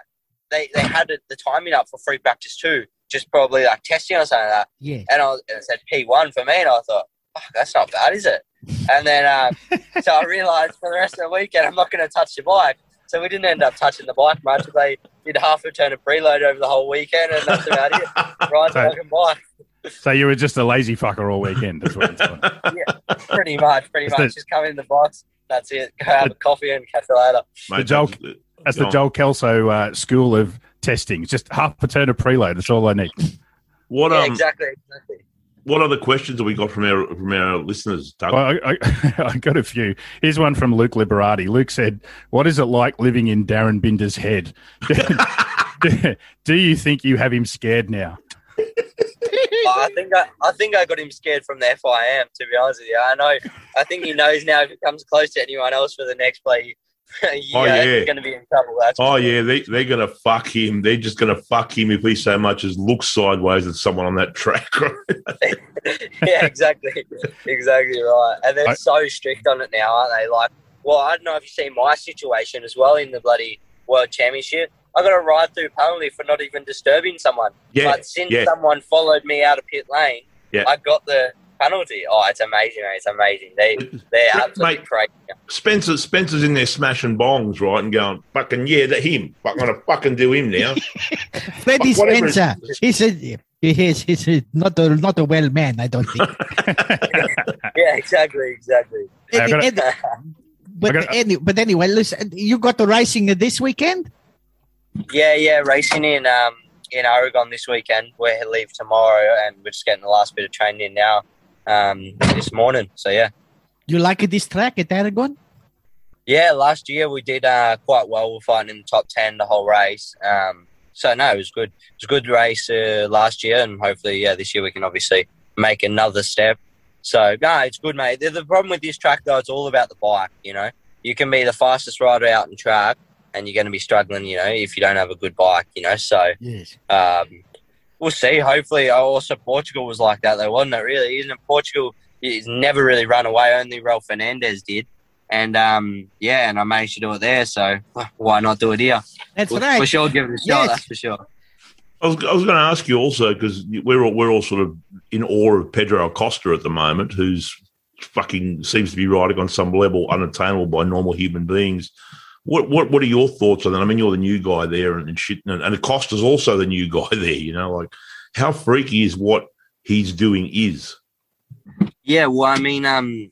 they they had it- the timing up for free practice too, just probably like testing or something like that
Yes.
and I, was, and it said P1 for me, and I thought, fuck, that's not bad, is it? And then, um, so I realised for the rest of the weekend, I'm not going to touch the bike. So we didn't end up touching the bike much. They did half a turn of preload over the whole weekend, and that's about it. Ride the
Right.
fucking bike,
So you were just a lazy fucker all weekend. That's what it's like.
pretty much, pretty
It's
much.
the-
Just come in the box, that's it. Go have a coffee and catch you later.
Mate,
joke-
that was-
That's the
Go on.
Joel Kelso uh, school of testing. It's just half a turn of preload. That's all I need.
What
yeah,
um,
exactly. exactly.
what other questions have we got from our from our listeners? Doug?
Well, I, I, I got a few. Here's one from Luke Liberati. Luke said, "What is it like living in Darren Binder's head? Do you think you have him scared now?"
Oh, I think I, I think I got him scared from the FIM. To be honest with you, I know. I think he knows now if he comes close to anyone else for the next play, yeah,
Oh, yeah.
he's going to be in trouble. That's
oh yeah, they they're gonna fuck him. They're just gonna fuck him if he so much as looks sideways at someone on that track.
yeah, exactly, exactly right. And they're
I-
so strict on it now, aren't they? Like, well, I don't know if you see my situation as well in the bloody World Championship. I got a ride through penalty for not even disturbing someone.
yeah,
but since
yeah.
someone followed me out of pit lane,
Yeah.
I got the penalty. Oh, it's amazing! mate. It's amazing. They they're
Mate.
absolutely crazy.
Spencer Spencer's in there smashing bongs right and going fucking yeah, that him. Fuck, I'm gonna fucking do him now.
Freddie
Whatever it
Spencer.
is.
He's a he's, he's not a not a well man. I don't think.
Yeah, exactly, exactly.
Hey, I gotta-
Any- any- but
I gotta-
any, but anyway, listen. You got the racing this weekend.
Yeah, yeah, racing in um in Oregon this weekend. We're he'll leave tomorrow, and we're just getting the last bit of training in now um this morning. So yeah,
You like this track at Aragon?
yeah. Last year we did uh quite well. We're fighting in the top ten the whole race. Um, so no, it was good. It was a good race uh, last year, and hopefully, yeah, this year we can obviously make another step. So no, it's good, mate. The, the problem with this track though, it's all about the bike. You know, you can be the fastest rider out in track, and you're going to be struggling. You know, if you don't have a good bike. You know, so.
Yes.
Um, we'll see. Hopefully, oh, also Portugal was like that though, wasn't it? Really, isn't it? Portugal is never really run away. Only Raul Fernandez did, and um, yeah, and I managed to do it there. So why not do it here?
That's
We'll-
right.
We're sure give it a shot.
Yes.
That's for sure.
I was, I was going to ask you also because we're all, we're all sort of in awe of Pedro Acosta at the moment, who's fucking seems to be riding on some level unattainable by normal human beings. What what what are your thoughts on that? I mean, you're the new guy there and, and shit, and, and Acosta's also the new guy there. You know, like how freaky is what he's doing is.
Yeah, well, I mean, um,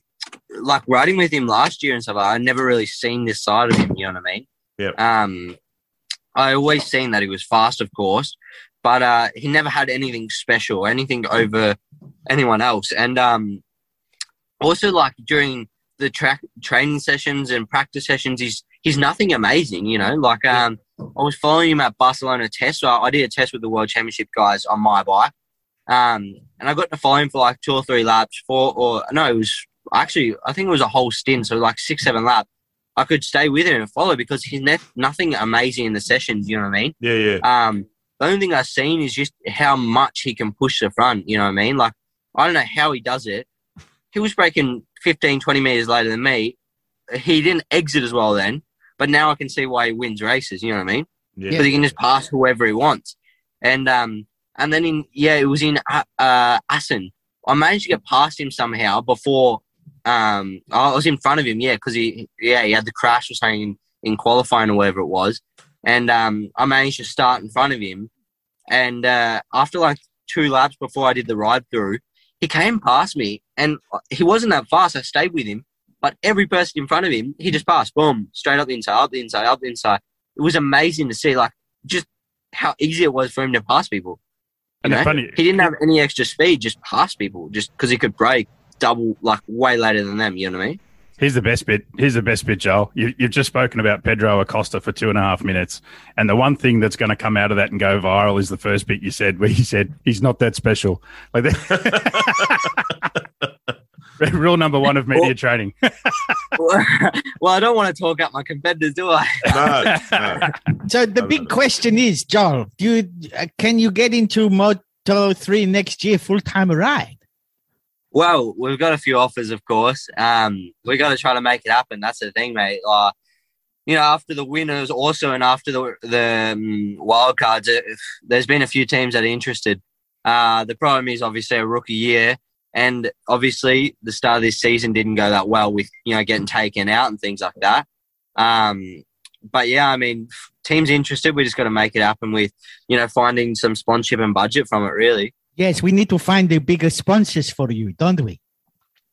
like riding with him last year and stuff, I never really seen this side of him. You know what I mean?
Yep.
Um, I always seen that he was fast, of course, but uh, he never had anything special, anything over anyone else. And um, also like during the track training sessions and practice sessions, he's he's nothing amazing. You know, like um, I was following him at Barcelona test. So I did a test with the World Championship guys on my bike. Um, and I got to follow him for like two or three laps, four or no, it was actually I think it was a whole stint, so like six, seven laps. I could stay with him and follow because he's ne- nothing amazing in the sessions. You know what I mean?
Yeah, yeah,
Um, the only thing I've seen is just how much he can push the front. You know what I mean? Like, I don't know how he does it. He was breaking 15, 20 meters later than me. He didn't exit as well then, but now I can see why he wins races. You know what I mean?
yeah.
Because he can just pass whoever he wants. And um, and then in yeah, it was in uh, uh, Assen. I managed to get past him somehow before. Um, I was in front of him, yeah, because he yeah he had the crash or something in, in qualifying or whatever it was, and um, I managed to start in front of him. And uh, after like two laps before I did the ride through, he came past me, and he wasn't that fast. I stayed with him, but every person in front of him, he just passed, boom, straight up the inside, up the inside, up the inside. It was amazing to see, like just how easy it was for him to pass people.
And
You
it's
know?
funny.
He didn't have any extra speed, just past people, just because he could break double, like way later than them. You know what I mean?
Here's the best bit. Here's the best bit, Joel. You, you've just spoken about Pedro Acosta for two and a half minutes, and the one thing that's going to come out of that and go viral is the first bit you said, where you said he's not that special. Like that- Rule number one of media
Well-
training.
well, I don't want to talk out my competitors, do I?
No, no.
So the big question is, Joel, do you, uh, can you get into Moto Three next year full time ride?
Well, we've got a few offers, of course. Um, we got to try to make it happen. That's the thing, mate. Uh, you know, after the winners, also, and after the the um, wild cards, uh, there's been a few teams that are interested. Uh, the problem is obviously a rookie year, and obviously the start of this season didn't go that well with you know getting taken out and things like that. Um, but yeah, I mean, teams interested. We just got to make it happen with you know finding some sponsorship and budget from it, really.
Yes, we need to find the bigger sponsors for you, don't we?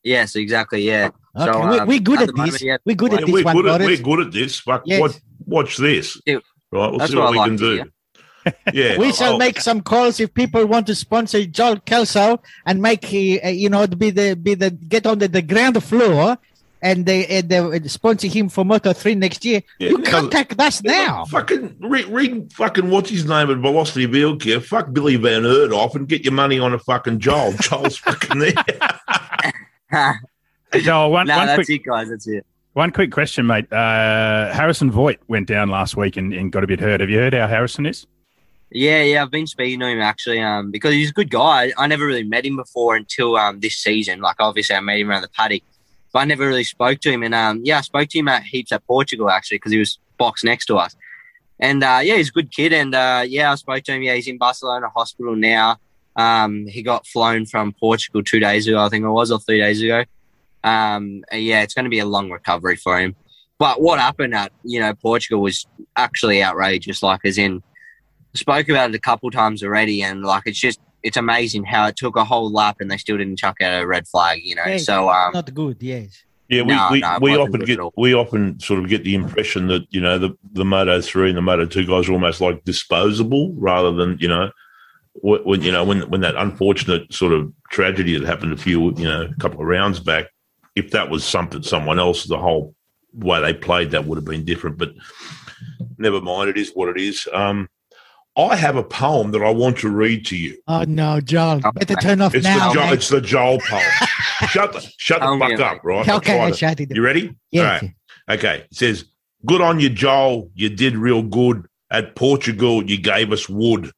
Yes, exactly. Yeah.
Okay,
So,
we,
um,
we're good at
at um, the moment,
this.
yeah,
We're good
we're-
at this
Yeah, we're
one,
good at
Lawrence.
we're good at this. Fuck,
Yes.
what watch this.
Yeah.
Right, we'll
That's
see what,
what I
we
like
can
to
do. Yeah, oh,
We shall
I'll-
make some calls if people want to sponsor Joel Kelso and make uh, you know be the be the get on the, the ground floor and they and they sponsor him for Moto Three next year.
Yeah, um,
you
it doesn't-
contact us now.
Fucking read, read, fucking what's his name at Velocity Vehicle Care. Fuck Billy Van Erdoff and get your money on a fucking Joel. Joel's fucking there.
Joel, one,
no,
one
that's
quick
it, guys. That's it.
one quick question, mate. Uh, Harrison Voigt went down last week and, and got a bit hurt. Have you heard how Harrison is?
Yeah, yeah, I've been speaking to him actually, um, because he's a good guy. I never really met him before until um this season. Like obviously, I met him around the paddock, but I never really spoke to him. And um, yeah, I spoke to him at heaps at Portugal actually, because he was box next to us. And uh, yeah, he's a good kid. And uh, yeah, I spoke to him. Yeah, he's in Barcelona hospital now. Um, he got flown from Portugal two days ago, I think it was, or three days ago. Um, and yeah, it's going to be a long recovery for him. But what happened at you know Portugal was actually outrageous. Like as in spoke about it a couple times already, and like it's just it's amazing how it took a whole lap and they still didn't chuck out a red flag, you know.
Yeah,
so um,
Not good. Yes.
Yeah, we,
No,
we,
no, it
we
wasn't
often
good
get
at all.
we often sort of get the impression that you know the the Moto three and the Moto two guys are almost like disposable rather than you know wh- when you know when when that unfortunate sort of tragedy that happened a few you know a couple of rounds back. If that was something someone else, the whole way they played that would have been different. But never mind, it is what it is. Um, I have a poem that I want to read to you.
Oh no, Joel.
Oh,
Better turn off
It's
now.
the jo-
mate.
it's the Joel poem. shut the shut the
Oh,
fuck
yeah.
up, right? I
okay,
tried
I
it.
shut it.
You ready?
Yes.
All right. Okay. It says, Good on you, Joel. You did real good. At Portugal, you gave us wood.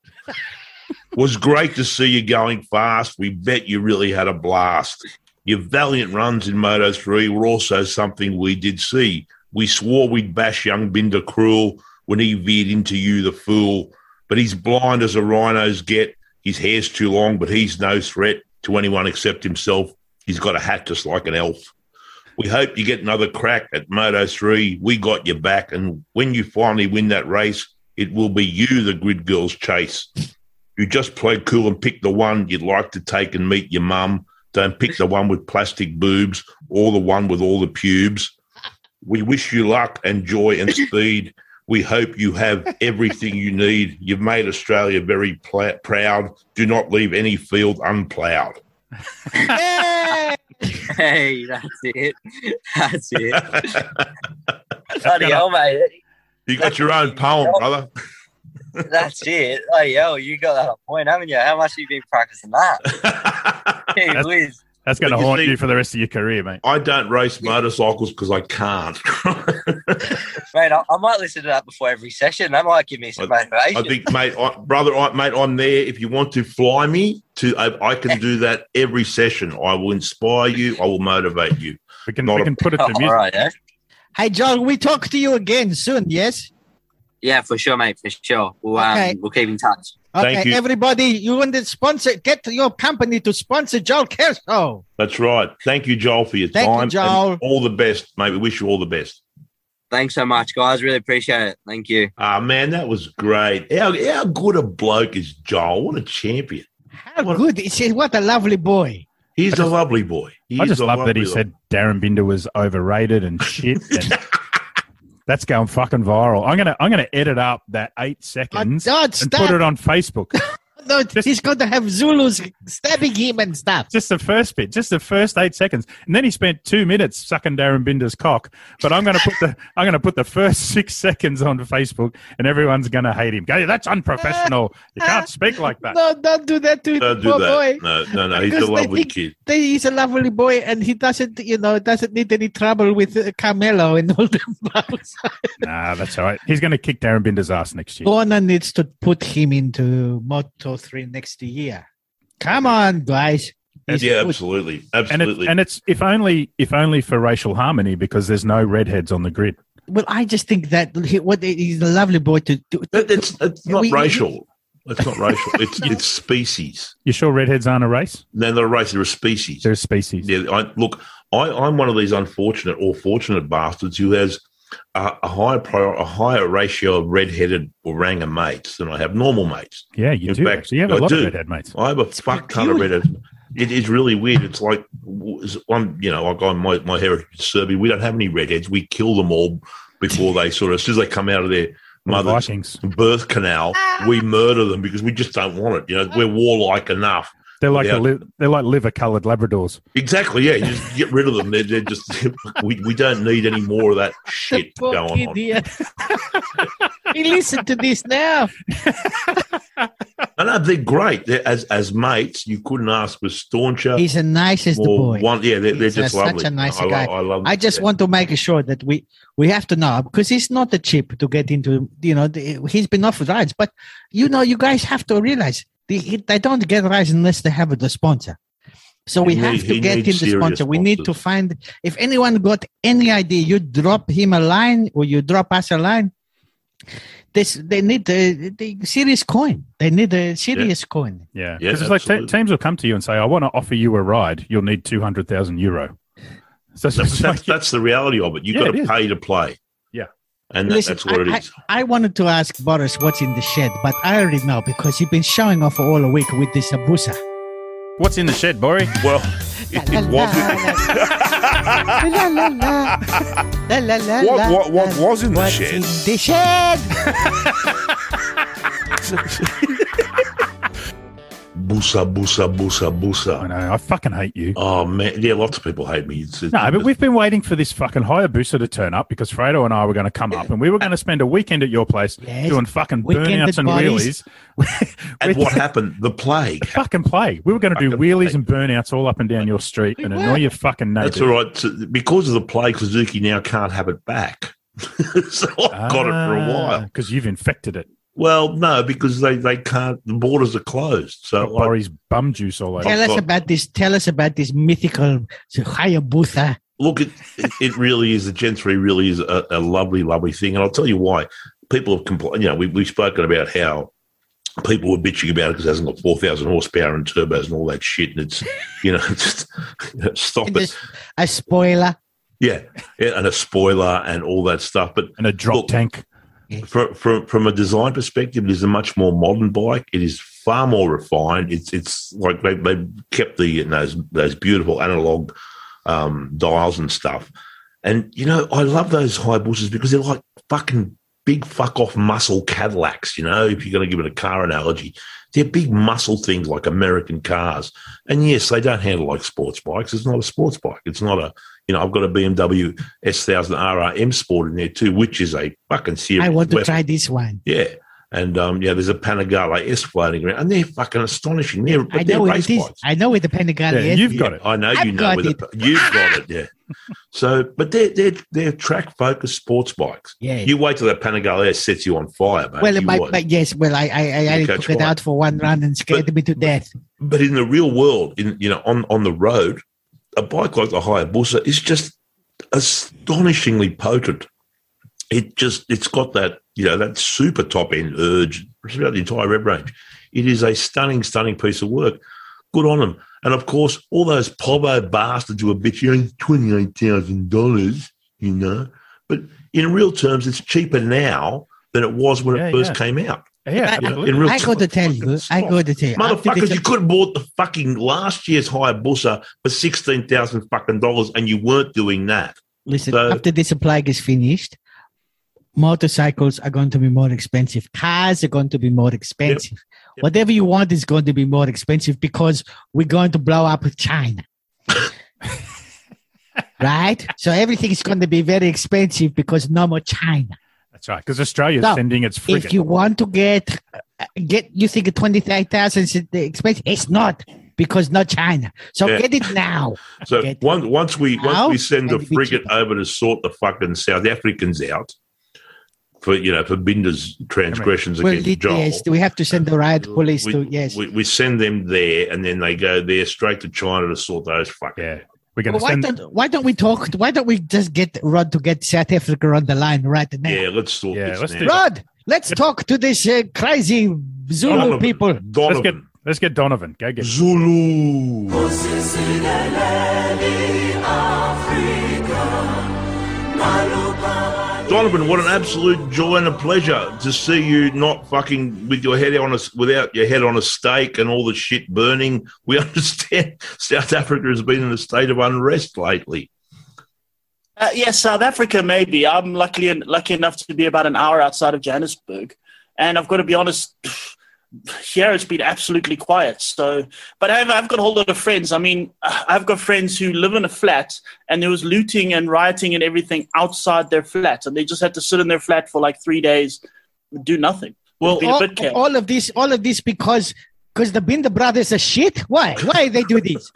Was great to see you going fast. We bet you really had a blast. Your valiant runs in Moto 3 were also something we did see. We swore we'd bash young Binder cruel when he veered into you, the fool. But he's blind as a rhino's get. His hair's too long, but he's no threat to anyone except himself. He's got a hat just like an elf. We hope you get another crack at Moto 3. We got your back. And when you finally win that race, it will be you the grid girls chase. You just play cool and pick the one you'd like to take and meet your mum. Don't pick the one with plastic boobs or the one with all the pubes. We wish you luck and joy and speed. We hope you have everything you need. You've made Australia very pla- proud. Do not leave any field unplowed.
Yay!
hey, that's it, that's it. Bloody
gonna-
hell, mate,
you got your own poem, brother.
that's it. Oh, yo, you got that on point, haven't you? How much have you been practicing that? Gee
That's-
whiz.
That's going to
But you
haunt
see-
you for the rest of your career, mate.
I don't race motorcycles because I can't.
Mate, I, I might listen to that before every session. That might give me some motivation.
I think, mate, I, brother, I, mate, I'm there. If you want to fly me, to I, I can do that every session. I will inspire you. I will motivate you.
We can
Not
we
a-
can put it to
Oh,
music.
all right, yeah.
Hey, Joel. We talk to you again soon. Yes.
Yeah, for sure, mate, for sure. We'll,
Okay.
um, we'll keep in touch.
Okay,
Thank you.
everybody, you want to sponsor? Get your company to sponsor Joel Kelso.
That's right. Thank you, Joel, for your
Thank you,
time. and
Joel.
all the best, mate. We wish you all the best.
Thanks so much, guys. Really appreciate it. Thank you.
Ah, man, that was great. How, how good a bloke is Joel? What a champion.
How good! He said, "What a lovely boy."
He's a lovely boy. He
I
is
just
a
love that he
lovely
said Darren Binder was overrated and shit. and that's going fucking viral. I'm gonna I'm gonna edit up that eight
Oh,
seconds
don't
and put
stop!
it on Facebook.
No,
just-
he's going to have Zulus stabbing him and stuff.
just the first bit, just the first eight seconds, and then he spent two minutes sucking Darren Binder's cock. But I'm gonna put the I'm gonna put the first six seconds on Facebook, and everyone's gonna hate him. Go, that's unprofessional. You can't speak like that.
No, don't do that to
Don't
the
do
poor boy.
that. No, no, no. He's a
Because they
lovely
think-
kid.
They- He's a lovely boy, and he doesn't, you know, doesn't need any trouble with uh, Carmelo and all them. bugs.
Nah, that's all right. He's gonna kick Darren Binder's ass next year.
Dorna needs to put him into Moto Three next year. Come on, guys. He's
Yeah,
good.
absolutely.
And it's,
Absolutely.
and it's if only if only for racial harmony because there's no redheads on the grid.
Well, I just think that he, what he's a lovely boy to do.
That, it's it's not
We-
racial. It's not racial. It's it's species.
You sure redheads aren't a race?
They're not a race. They're a species.
They're a species.
Yeah, I, look, I, I'm one of these unfortunate or fortunate bastards who has a, a higher prior, a higher ratio of redheaded oranga mates than I have normal mates.
Yeah, you
In
do.
fact,
actually. You have a
I
lot
do.
of redhead mates.
I have a
It's
fuck ton of
beautiful.
redheaded. It is really weird. It's like w- I'm, you know, like I'm my my heritage is Serbian. We don't have any redheads. We kill them all before they sort of, as soon as they come out of their mother's
Vikings.
birth canal, we murder them because we just don't want it. You know, we're warlike enough.
They're like
Yeah.
the li- they're like liver coloured Labradors.
Exactly. Yeah, just get rid of them. They're, they're just we, we don't need any more of that
The
shit
poor
going on.
idiot. he listened to this now.
No, no, they're great. They're, as as mates, you couldn't ask for stauncher.
He's the nicest
more
boy.
one, yeah, they're, they're
He's a-
just
such
lovely.
a nice
I, lo-
guy.
I love.
I just
yeah.
want to make sure that we we have to know because it's not a chip to get into. You know, the, he's been offered rides, but you know, you guys have to realize they, they don't get rides unless they have a sponsor. So we
He
have
need-
to
he
get him
needs
the
serious
sponsor. We need to
sponsors.
find. If anyone got any idea, you drop him a line or you drop us a line. This they need the, the serious coin. They need a serious coin.
Yeah,
Yeah,
because it's like te-
absolutely.
teams will come to you and say, "I want to offer you a ride. You'll need two hundred thousand euro." So it's
That's,
just
that's,
like,
that's the reality of it. You've
Yeah,
got
it
to
is.
pay to play.
Yeah.
and that,
Listen,
that's what it
I-
is.
I wanted to ask Boris what's in the shed, but I already know because you've been showing off all a week with this abusa.
what's in the shed, Bory?
well, it was.
La la la. La la la.
What,
la,
what, what
la.
was in the
What's
shed?
in the shed?
Busa, busa, busa,
I
busa.
know. I fucking hate you.
Oh man, yeah, lots of people hate me. It's, it's,
No, but we've been waiting for this fucking Hayabusa to turn up because Fredo and I were going to come up and we were going to spend a weekend at your place
Yes.
doing fucking
Weekend
burnouts
at
and
Buddy's.
wheelies.
and
We-
what happened? The plague.
fucking play. We were going to do
Fucking
wheelies
play.
and burnouts all up and down your street and annoy your fucking neighbors.
That's all right. So because of the plague, Suzuki now can't have it back. so I've got it for
Ah.
a while.
because you've infected it.
Well, no, because they, they can't. The borders are closed.
Got
So I,
Boris bum juice all over.
Tell us
God.
about this. Tell us about this mythical Hayabusa.
look, it, it, it really is. The Gen Three really is a, a lovely, lovely thing, and I'll tell you why. People have complained. You know, we, we've spoken about how people were bitching about it because it hasn't got four thousand horsepower and turbos and all that shit, and it's you know, just stop
And
it.
this, a spoiler.
Yeah, yeah, and a spoiler and all that stuff, but.
And a drop
Look.
tank.
from, from from a design perspective, it is a much more modern bike. It is far more refined. It's it's like they they kept the those those beautiful analog um, dials and stuff. And you know, I love those high bushes because they're like fucking big fuck off muscle Cadillacs. You know, if you're going to give it a car analogy, they're big muscle things like American cars. And yes, they don't handle like sports bikes. It's not a sports bike. It's not a you know, I've got a BMW S1000 RRM Sport in there too, which is a fucking serious.
I want to
weapon.
try this one.
Yeah. And um, yeah, there's a Panigale S floating around, and they're fucking astonishing. They're, but
I
they're
know where
race
it is.
bikes.
I know where the Pentagon
Yeah,
is.
you've got
Yeah,
it.
I know
I've
you know
got
where the, you've got it. Yeah. So, but they're they're they're track focused sports bikes.
Yeah.
You wait till that Panigale S sets you on fire, mate.
well,
You
my,
won't.
my, yes. Well, I I, I, I
catch
took it
one.
out for one run and scared me to death.
but in the real world, in you know, on on the road, a bike like the Hayabusa is just astonishingly potent. It just it's got that you know that super top end urge throughout the entire rev range. It is a stunning, stunning piece of work. Good on them. And of course, all those Pobo bastards who are bitching twenty eight thousand dollars, you know. But in real terms, it's cheaper now than it was when
Yeah,
it first
yeah.
came out.
Yeah,
I-
absolutely.
in real
I got to tell you. I got to tell you. after this-
Motherfuckers, you could have bought the fucking last year's Hayabusa for sixteen thousand fucking dollars, and you weren't doing that.
Listen,
So-
after this plague is finished, motorcycles are going to be more expensive. Cars are going to be more expensive.
Yep.
Whatever you want is going to be more expensive because we're going to blow up China. right? So everything is going to be very expensive because no more China.
That's right. Because Australia's
No,
sending its frigate.
If you want to get uh, get you think 25,000 is the expensive, it's not because not China. So
Yeah.
get it now.
So
Get-
once once we
Now,
once we send the
and be
frigate
cheaper.
over to sort the fucking South Africans out for you know for Binder's transgressions
Well,
against Joel.
yes, we have to send the riot police
we,
to yes.
we, we send them there, and then they go there straight to China to sort those fucking.
yeah, we're going to
Well, why
send.
don't why don't we talk? Why don't we just get Rod to get South Africa on the line right now?
Yeah, let's sort
Yeah,
this
let's do
now.
that.
Rod, let's talk to this uh, crazy Zulu
Donovan.
people.
Let's get
Donovan.
let's get Donovan. Go get.
Zulu. Donovan, what an absolute joy and a pleasure to see you not fucking with your head on a, without your head on a stake and all the shit burning. We understand South Africa has been in a state of unrest lately.
Uh, yeah, South Africa, maybe. I'm lucky, lucky enough to be about an hour outside of Johannesburg. And I've got to be honest, here it's been absolutely quiet. So, but I've, I've got a whole lot of friends. I mean, I've got friends who live in a flat and there was looting and rioting and everything outside their flat. And they just had to sit in their flat for like three days, do nothing.
Well,
It's been a
all,
bit chaotic.
all of this, all of this because because the Binder brothers are shit. Why? Why they do this?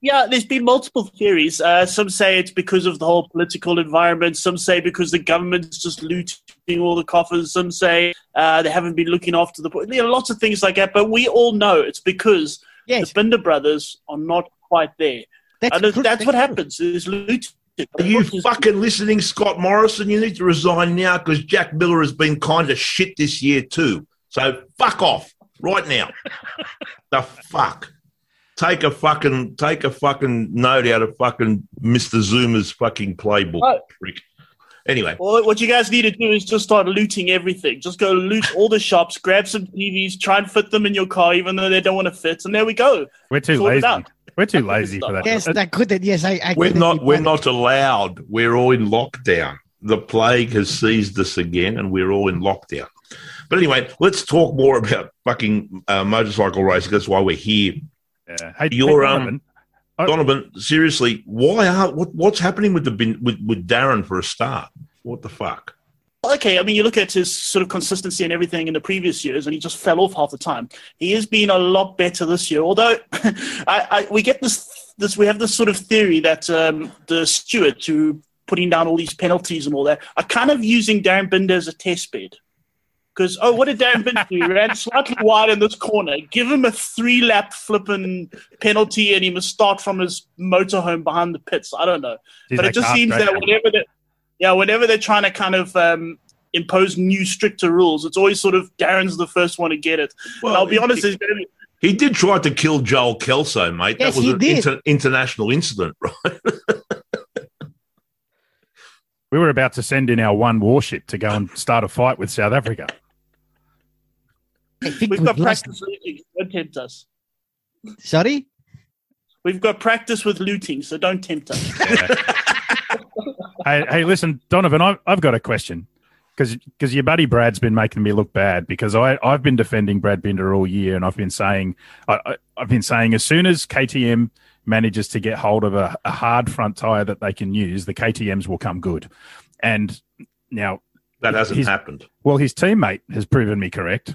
Yeah, there's been multiple theories. Uh, some say it's because of the whole political environment. Some say because the government's just looting all the coffers. Some say uh, they haven't been looking after the poor. There are lots of things like that, but we all know it's because
Yes,
the Binder brothers are not quite there.
that's,
And that's,
true.
what happens is looting.
Are you fucking listening, Scott Morrison? You need to resign now because Jack Miller has been kind of shit this year too. So fuck off right now. the fuck. Take a fucking take a fucking note out of fucking Mr. Zuma's fucking playbook,
Oh.
prick. Anyway,
Well, what you guys need to do is just start looting everything. Just go loot all the shops, grab some TVs, try and fit them in your car, even though they don't want to fit. And there we go.
We're too
Sort it
lazy.
out.
We're too lazy for that.
Yes, I couldn't. Yes, I. I
we're
couldn't
not
be
we're
bothered.
not allowed. We're all in lockdown. The plague has seized us again, and we're all in lockdown. But anyway, let's talk more about fucking uh, motorcycle racing. That's why we're here.
Yeah. Hey,
Your,
hey,
um,
Donovan,
Donovan, seriously, why are what, what's happening with the bin, with with Darren for a start? What the fuck?
okay, I mean, you look at his sort of consistency and everything in the previous years, and he just fell off half the time. He has been a lot better this year, although I, I, we get this, this, we have this sort of theory that um, the stewards who putting down all these penalties and all that are kind of using Darren Binder as a test bed. Because, oh, what did Darren Binder do? He ran slightly wide in this corner. Give him a three lap flipping penalty, and he must start from his motorhome behind the pits. I don't know
geez,
but
they
it just
can't
seems
break
that
them.
whenever they, yeah, whenever they're trying to kind of um, impose new stricter rules, it's always sort of Darren's the first one to get it.
Well,
and I'll be honest,
he,
it's gonna be-
he did try to kill Joel Kelso, mate.
Yes,
that was
he
an
did.
inter- international incident, right?
we were about to send in our one warship to go and start a fight with South Africa.
I think
we've got
we've lost-
practice looting. Don't tempt us.
Sorry.
We've got practice with looting, so don't tempt us.
hey, hey, listen, Donovan, I've, I've got a question because your buddy Brad's been making me look bad because I, I've been defending Brad Binder all year and I've been saying I, I, I've been saying as soon as KTM manages to get hold of a, a hard front tire that they can use, the KTM's will come good. And now,
That hasn't
He's-
happened.
well, his teammate has proven me correct.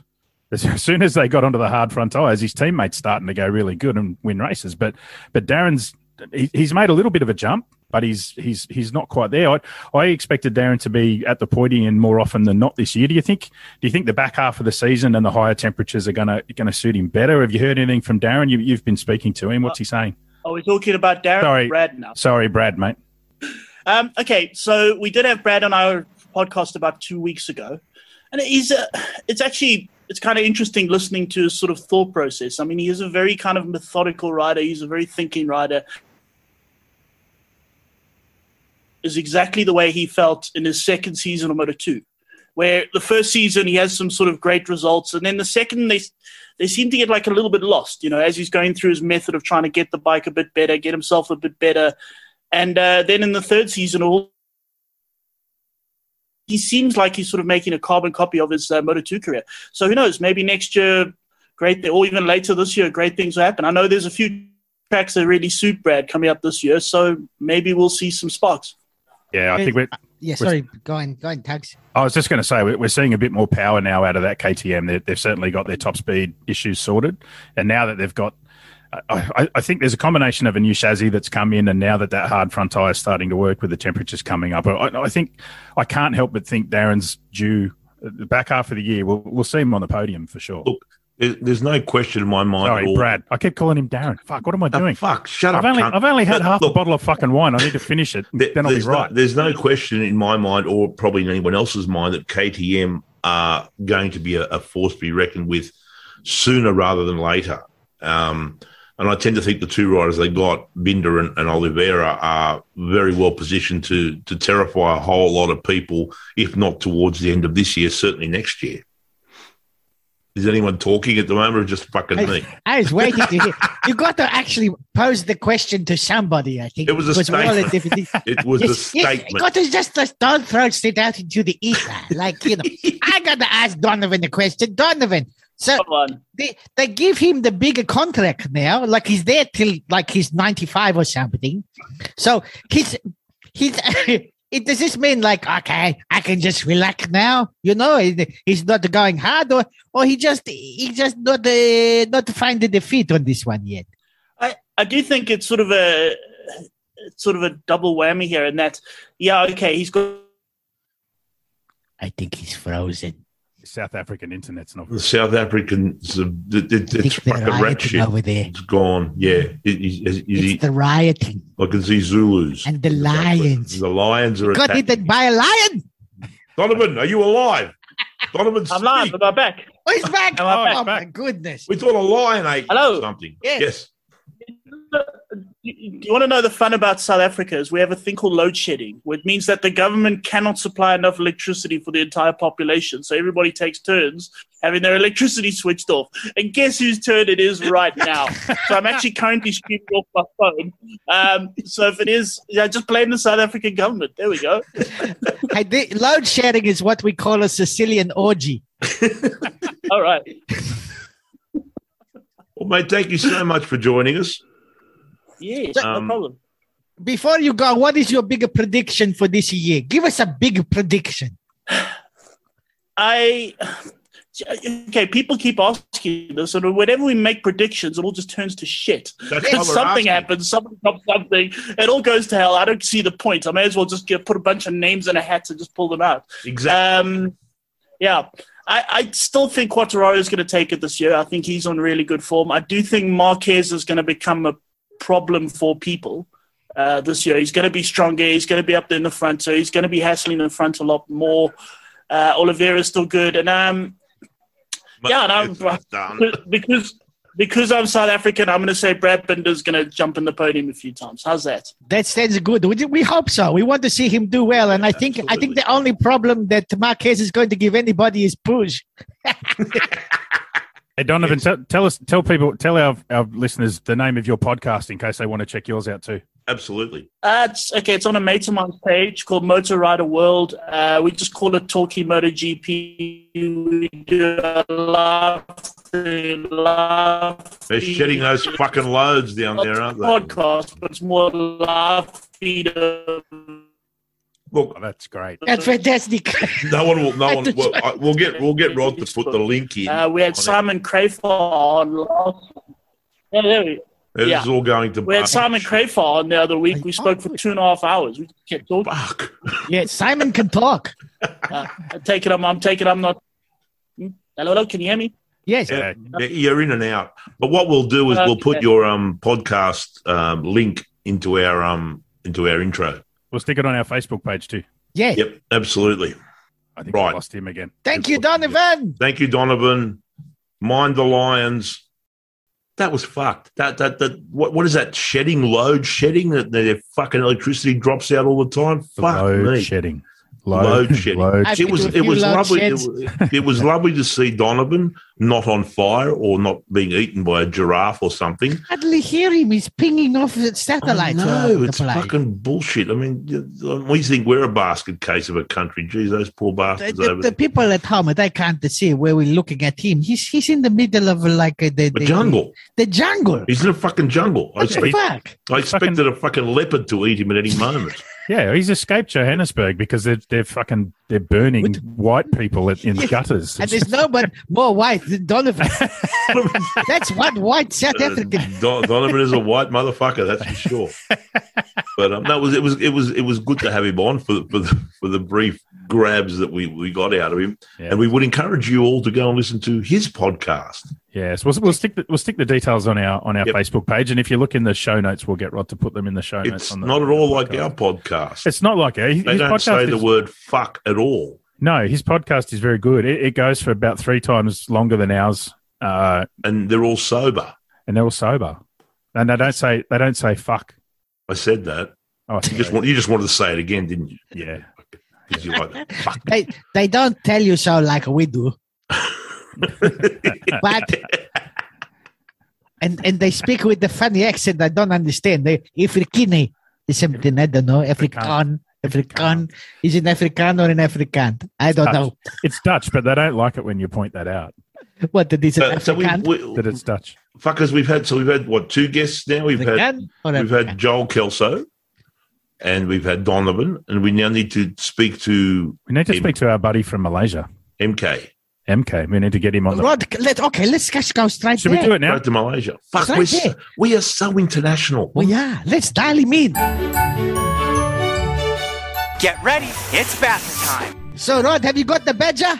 As as soon as they got onto the hard front tires, his teammate's starting to go really good and win races. But but Darren's he, he's made a little bit of a jump, but he's he's he's not quite there. I, I expected Darren to be at the pointy end more often than not this year. Do you think? Do you think the back half of the season and the higher temperatures are gonna gonna suit him better? Have you heard anything from Darren? You, you've been speaking to him. What's he saying?
Are we talking about Darren
Sorry.
or Brad now?
Sorry, Brad, mate.
Um, okay, so we did have Brad on our podcast about two weeks ago, and he's a, it's actually it's kind of interesting listening to his sort of thought process. I mean, he is a very kind of methodical rider. He's a very thinking rider. Is exactly the way he felt in his second season of Moto Two, where the first season he has some sort of great results, and then the second they they seem to get like a little bit lost. You know, as he's going through his method of trying to get the bike a bit better, get himself a bit better, and uh, then in the third season, all he seems like he's sort of making a carbon copy of his uh, Moto 2 career. So who knows? Maybe next year, great, thi- or even later this year, great things will happen. I know there's a few tracks that really suit Brad coming up this year, so maybe we'll see some sparks.
Yeah, I think we're
Yeah,
Was-
sorry. Go on. Go on, Tugs.
I was just going to say we- we're seeing a bit more power now out of that KTM. They're, they've certainly got their top speed issues sorted, and now that they've got, I- I, I think there's a combination of a new chassis that's come in, and now that that hard front tire is starting to work with the temperatures coming up, I, I think I can't help but think Darren's due the back half of the year. We'll we'll see him on the podium for sure.
Look, There- There's no question in my mind at
Sorry,
all.
Brad. I keep calling him Darren. Fuck, what am I
The
doing?
fuck, shut
I've
up.
only
cunt.
I've only had
But
half a
look-
bottle of fucking wine. I need to finish it.
There-
then I'll be
there's no-
right.
there's no question in my mind, or probably in anyone else's mind, that KTM are going to be a, a force to be reckoned with sooner rather than later. Um, and I tend to think the two riders they got, Binder and, and Oliveira, are very well positioned to to terrify a whole lot of people, if not towards the end of this year, certainly next year. Is anyone talking at the moment or just fucking me?
I was waiting to hear. You got to actually pose the question to somebody. I think
It was a
Because we're all at different things.
It was a
Yes, yes, you
statement.
got to just, just don't throw it out into the ether. Like you know, I got to ask Donovan the question. Donovan, so
Come on.
they, they give him the bigger contract now. Like he's there till like he's 95 or something. So he's, he's, it, does this mean like, okay, I can just relax now? You know, he- he's not going hard or, or he just, he just not, uh, not find the defeat on this one yet.
I, I do think it's sort of a it's sort of a double whammy here in that yeah okay he's got
I think he's frozen.
South African internet's not.
The South Africans, uh, it, it,
I
it's
think they're
fucking rat
rioting
shit.
over there.
It's gone. Yeah. It, it, it,
It's
it-
the rioting
I can see Zulus.
and the
Exactly.
lions.
The lions are
Got
attacking.
eaten by a lion.
Donovan, are you alive? Donovan,
I'm live
speak.
I'm not back
Oh, he's back.
Am I
oh,
back?
my goodness.
We thought a lion ate
Hello?
something.
Yes.
yes.
you, you want to know the fun about South Africa is we have a thing called load shedding which means that the government cannot supply enough electricity for the entire population so everybody takes turns having their electricity switched off and guess whose turn it is right now so I'm actually currently streaming off my phone um, so if it is yeah, just blame the South African government there we go
I did, load sharing is what we call a Sicilian orgy.
all right
Well, mate, thank you so much for joining us.
yeah
Um,
no problem
Before you go, what is your bigger prediction for this year? Give us a big prediction.
I okay. People keep asking this, and whenever we make predictions, it all just turns to shit.
That's why we're
something
asking.
happens, somebody drops something, it all goes to hell. I don't see the point. I may as well just get, put a bunch of names in a hat and just pull them out.
Exactly.
Um, yeah. I, I still think Quattararo is going to take it this year. I think he's on really good form. I do think Marquez is going to become a problem for people uh, this year. He's going to be stronger. He's going to be up there in the front. So he's going to be hassling the front a lot more. Uh, Oliveira's still good. And um, uh, yeah, and I'm-
It's done.
because because I'm South African, I'm going to say Brad Binder's going to jump in the podium a few times. How's that?
That sounds good. We, we hope so. We want to see him do well. And I think I think the only problem that Marquez is going to give anybody is push.
Hey Donovan, tell, tell us, tell people, tell our, our listeners the name of your podcast in case they want to check yours out too.
Absolutely.
Uh, it's, okay, it's on a mate of mine's page called Motor Rider World. Uh, we just call it Talking Motor GP. We do a live, live
They're shedding those fucking loads down there, aren't they?
podcast, but it's more live feed of
Look,
Oh, that's great.
That's fantastic.
no one will. No one. Well, I, we'll get. We'll get Rod to put the link in.
Uh, we had Simon Crayford on. last- Yeah, there we,
It's
yeah.
all going to.
we had Simon Crayford on the other week. We spoke for two and a half hours. We kept talking.
Fuck.
yeah, Simon can talk.
Uh, I take it. I'm. I'm taking. I'm not. Hmm? Hello, hello. Can you hear me?
Yes.
Yeah.
Yeah, You're in and out. But what we'll do is we'll put
Okay.
your um podcast um link into our um into our intro.
We'll stick it on our Facebook page too.
Yeah.
Yep, absolutely.
I think
Right.
I lost him again.
Thank you, Donovan.
Thank you, Donovan. Mind the Lions. That was fucked. That that that. What what is that shedding load shedding that their fucking electricity drops out all the time? Fuck
load
me.
shedding.
Load shedding.
Load.
I've
It
been
was
to a
it
few
was
load
lovely. It
sheds.
was, it was lovely to see Donovan not on fire or not being eaten by a giraffe or something.
Hardly hear him. He's pinging off the satellite. uh,
No,
the
it's
plane.
fucking bullshit. I mean, you- we think we're a basket case of a country. Geez, those poor
the,
bastards
the,
over
the
there.
people at home they can't see where we're looking at him. He's he's in the middle of like uh, the,
A
the
jungle.
The jungle.
He's in a fucking jungle. I,
What the
expect,
fuck?
I expected a fucking leopard to eat him at any moment.
Yeah, he's escaped Johannesburg because they're they're fucking they're burning
What?
white people at, in
Yeah.
gutters.
And there's no one more white than Donovan. That's one white South
Uh,
African.
Don- Donovan is a white motherfucker, that's for sure. But um, no, it was it was it was it was good to have him on for the, for the, for the brief grabs that we, we got out of him,
Yeah.
and we would encourage you all to go and listen to his podcast.
yes, we'll, we'll stick the, we'll stick the details on our on our
Yep.
Facebook page, and if you look in the show notes, we'll get Rod to put them in the show notes.
It's
on the,
not at all like
podcast.
our podcast.
It's not like it. His
they don't
podcast
say the
is-
word fuck at all.
No, his podcast is very good. It, it goes for about three times longer than ours, uh,
and they're all sober.
and they're all sober, and they don't say they don't say fuck.
I said that.
Oh,
You just
sorry.
want you just wanted to say it again, didn't you?
yeah.
Because you like fuck.
They they don't tell you so like we do. But and and they speak with the funny accent I don't understand. They Afrikine is something I don't know. Afrikaan. Afrikaan is an Afrikaan or an Afrikaan. I don't
Dutch.
know
It's Dutch, but they don't like it when you point that out
what it is. An
So, so we,
Afrikaan,
we
that it's Dutch.
fuckers, we've had so we've had what two guests now? We've had
Afrikaan or
we've had Joel Kelso, and we've had Donovan, and we now need to speak to
We need to
Him.
speak to our buddy from Malaysia,
MK.
MK. We need to get him on the.
Rod, let okay, let's just go straight
Should we
there.
do it now?
Go to Malaysia. Fuck,
Right
we're so,
there.
we are so international.
Well, yeah, let's dial him in.
Get ready, it's bathroom time.
So, Rod, have you got the badger?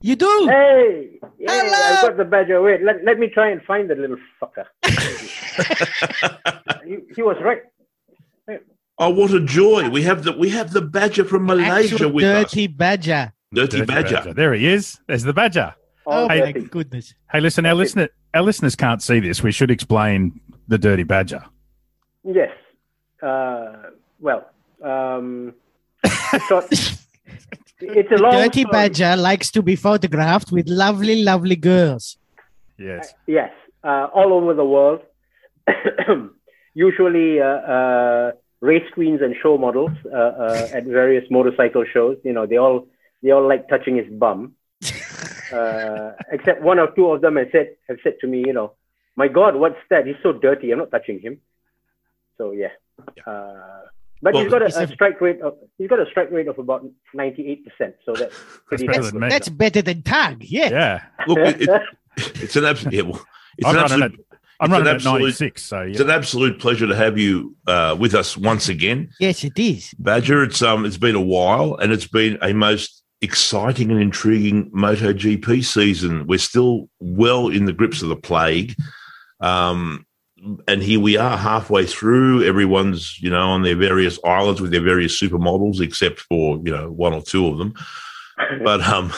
You do.
Hey! Yeah,
Hello.
I got the badger. Wait, let, let me try and find the little fucker. he, he was right.
Oh, what a joy! We have the we have the badger from Malaysia
Actual
with us.
dirty badger.
Dirty, badger.
There he is. There's the badger.
All
Oh,
Hey.
my
dirty.
goodness.
Hey, listen, our listener, our listeners can't see this. We should explain the dirty badger.
Yes. Uh, well, um, so, it's a long
Dirty
story.
badger likes to be photographed with lovely, lovely girls.
Yes.
Yes, uh, all over the world. Usually, uh, uh, race queens and show models uh, uh, at various motorcycle shows. You know, they all they all like touching his bum. uh, except one or two of them have said have said to me, you know, my God, what's that? He's so dirty. I'm not touching him. So yeah. Uh, but
Well,
he's got
Is
a, a
it-
strike rate of he's got a strike rate of about ninety eight percent. So that's pretty
better
good.
than me.
That's better than Tag. Yeah.
Yeah.
Look, it, it- it's an absolute. Yeah, well, it's
I'm
an
running,
absolute.
at, I'm
it's an
running at
absolute-
96, so yeah.
It's an absolute pleasure to have you uh, with us once again,
Yes, it is.
Badger. It's um, it's been a while, and it's been a most exciting and intriguing MotoGP season. We're still well in the grips of the plague, um, and here we are halfway through. Everyone's you know on their various islands with their various supermodels, except for you know one or two of them. But um,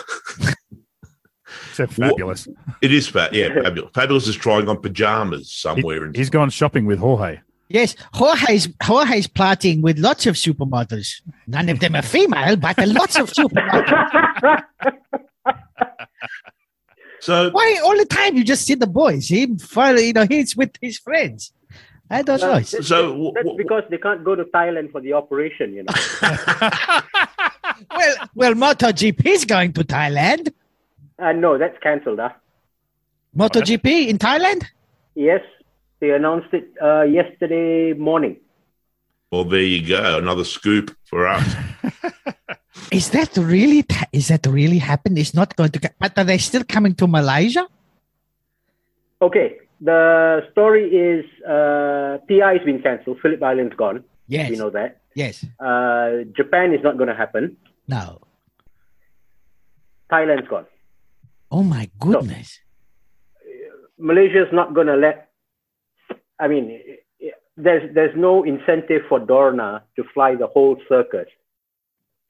It's a fabulous.
it is fat. Yeah, fabulous. Fabulous is trying on pajamas somewhere. in
He's gone shopping with Jorge.
Yes, Jorge's Jorge's partying with lots of supermodels. None of them are female, but a lots of supermodels.
so
Why all the time you just see the boys? Him, follow- you know, he's with his friends. I don't know. It's-
So w-
That's
w-
because they can't go to Thailand for the operation, you know.
Well, well, MotoGP is going to Thailand.
Uh, no, that's cancelled. Huh?
MotoGP in Thailand.
Yes, they announced it uh, yesterday morning.
Well, there you go. Another scoop for us.
Is that really? Th- is that really happened? It's not going to. Ca- but are they still coming to Malaysia?
Okay, the story is uh, PI has been cancelled. Phillip Island's gone.
Yes.
We know that.
Yes.
Uh, Japan is not going to happen.
No.
Thailand's gone.
Oh my goodness.
Malaysia's not going to let. I mean, i- i- there's there's no incentive for Dorna to fly the whole circuit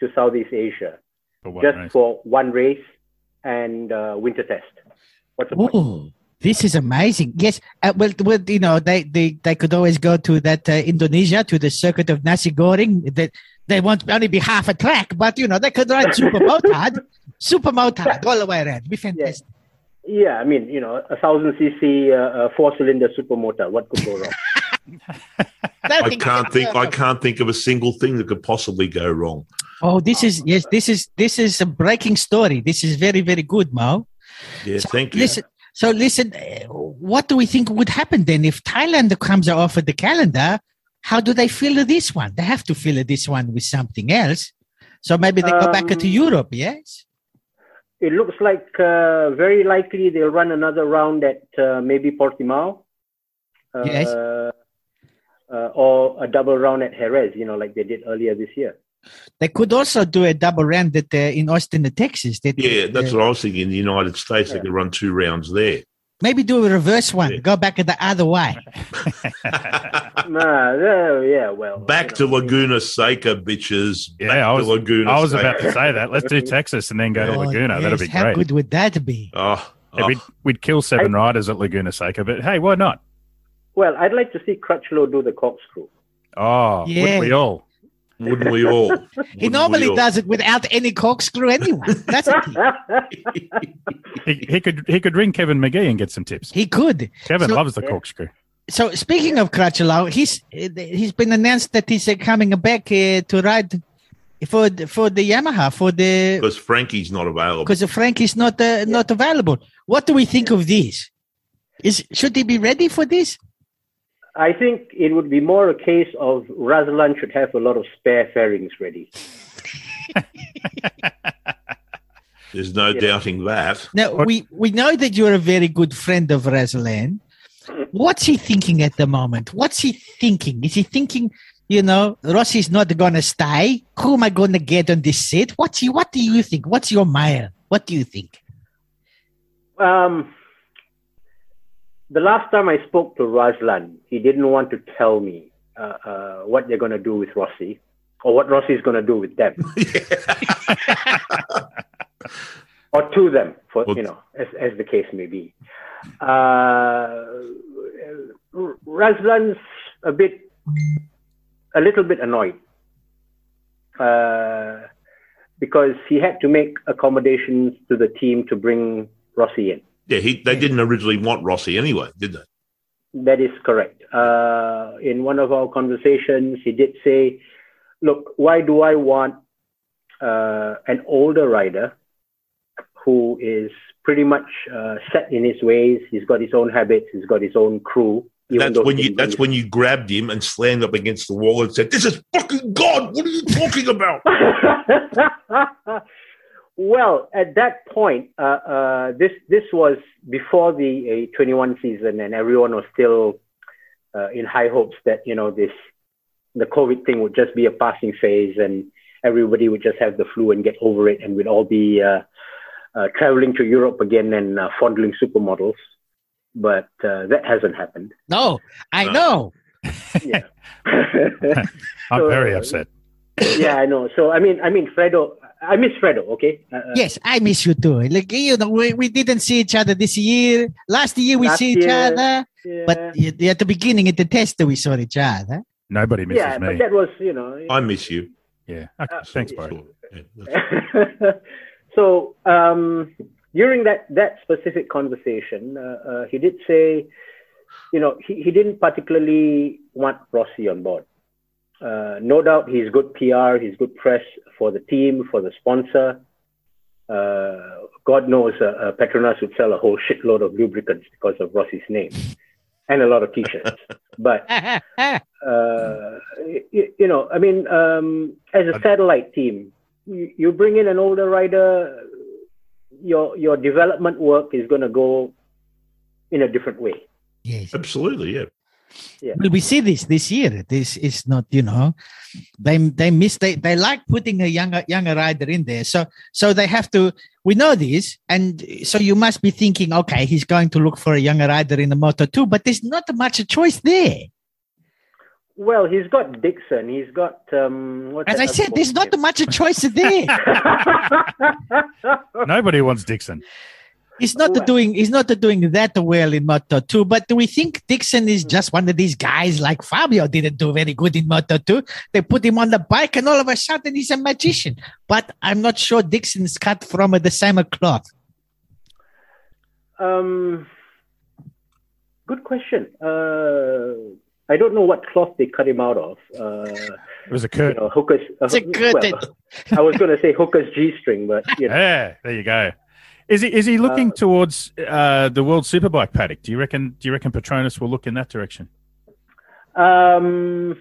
to Southeast Asia
For what
just
reason?
for one race and uh, winter test. What's the point?
Oh, this is amazing. Yes. Uh, well, well, you know, they, they they could always go to that uh, Indonesia to the circuit of nasi goreng. That they won't only be half a track, but you know they could ride super motard, super motard all the way around. Be fantastic.
Yeah, I mean, you know, a thousand cc uh, uh, four-cylinder supermotor. What could go wrong?
I can't think. I can't think of a single thing that could possibly go wrong.
Oh, this is yes. This is this is a breaking story. This is very very good, Mo.
Yeah, thank you.
Listen. So listen. uh, What do we think would happen then if Thailand comes off of the calendar? How do they fill this one? They have to fill this one with something else. So maybe they go back to
Um,
Europe. Yes.
it looks like uh, very likely they'll run another round at uh, maybe Portimao. Uh,
Yes.
Uh, or a double round at Jerez, you know, like they did earlier this year.
They could also do a double round that uh, in Austin, uh, Texas. That,
yeah, that's
uh,
what I was thinking. In the United States, they
Yeah.
could run two rounds there.
Maybe do a reverse one.
Yeah.
Go back the other way.
Nah, uh, yeah, well.
Back to
you know,
Laguna Seca, bitches.
Yeah,
Back
I was-
to Laguna.
I was
Seca.
about to say that. Let's do Texas and then go to
Oh,
Laguna. That'd
yes,
be
How
great.
good would that be?
Oh,
Yeah,
oh,
we'd, we'd kill seven riders at Laguna Seca, but hey, why not?
Well, I'd like to see Crutchlow do the corkscrew.
Oh, would
Yeah.
we all?
Wouldn't we all?
He normally does it without any corkscrew anyway. That's
He, he could he could ring Kevin McGee and get some tips.
he could.
Kevin
So-
loves the corkscrew.
So speaking of Crutchlow, he's uh, he's been announced that he's uh, coming back uh, to ride for the- for the Yamaha for the
because Frankie's not available.
because Frank is not uh, not available. What do we think of this? Is should he be ready for this?
I think it would be more a case of Razlan should have a lot of spare fairings ready.
There's no
Yeah.
doubting that.
Now
What-
we we know that you're a very good friend of Razlan. What's he thinking at the moment? What's he thinking? Is he thinking, you know, Rossi's not gonna stay? Who am I gonna get on this seat? What's he, what do you think? What's your mile? What do you think?
Um, the last time I spoke to Razlan, he didn't want to tell me uh, uh, what they're going to do with Rossi or what Rossi is going to do with them or to them, for
Well-
you know, as, as the case may be. Uh, Razlan's a bit, a little bit annoyed uh, because he had to make accommodations to the team to bring Rossi in.
Yeah, he, they didn't originally want Rossi anyway, did they?
That is correct. Uh, in one of our conversations, he did say, "Look, why do I want uh, an older rider who is pretty much uh, set in his ways? He's got his own habits. He's got his own crew." even
That's
though
when
he
you that's when you grabbed him and slammed up against the wall and said, "This is fucking God. What are you talking about?"
well, at that point, uh, uh, this this was before the uh, 21 season, and everyone was still uh, in high hopes that you know this the COVID thing would just be a passing phase, and everybody would just have the flu and get over it, and we'd all be uh, uh, traveling to Europe again and uh, fondling supermodels. But uh, that hasn't happened.
No, I
Uh,
know.
Yeah.
I'm
So-
very upset.
yeah, I know. So I mean, I mean, Fredo, I miss Fredo. Okay. Uh, uh,
Yes, I miss you too. Like you know, we, we didn't see each other this year. Last year we
Last
see each
year,
other, but
yeah.
y- at the beginning at the test we saw each other.
Nobody misses
yeah,
me.
but that was you know.
I miss you.
yeah. Okay,
uh,
thanks, bro.
Sure. Yeah, that's-
so um, during that that specific conversation, uh, uh, he did say, you know, he, he didn't particularly want Rossi on board. Uh, no doubt, he's good PR, he's good press for the team, for the sponsor. Uh, God knows, uh, uh, Petronas would sell a whole shitload of lubricants because of Rossi's name, and a lot of T-shirts. but uh, you, you know, I mean, um, as a satellite team, you, you bring in an older rider, your your development work is going to go in a different way.
yes.
Absolutely, yeah.
Well, we see this this year. This is not, you know, they they miss they they like putting a younger younger rider in there. So so they have to. We know this, and so you must be thinking, okay, he's going to look for a younger rider in the Moto too. But there's not much a choice there.
Well, he's got Dixon. He's got um, what's
As
that
I
other
said, there's
boy's
not much a choice there.
name?
Nobody wants Dixon.
He's not
Well-
doing he's not doing that well in Moto 2, but do we think Dixon
Hmm.
is just one of these guys like Fabio didn't do very good in Moto 2? They put him on the bike and all of a sudden he's a magician. But I'm not sure Dixon's cut from the same cloth.
um, good question. Uh, I don't know what cloth they cut him out of. Uh,
It was a
you
curt.
know, hookers. uh,
It's a good-
well, I was going to say hookers G string, but you know.
Yeah, there you go. Is he is he looking towards uh, the World Superbike paddock? Do you reckon? Do you reckon Patronus will look in that direction?
Um,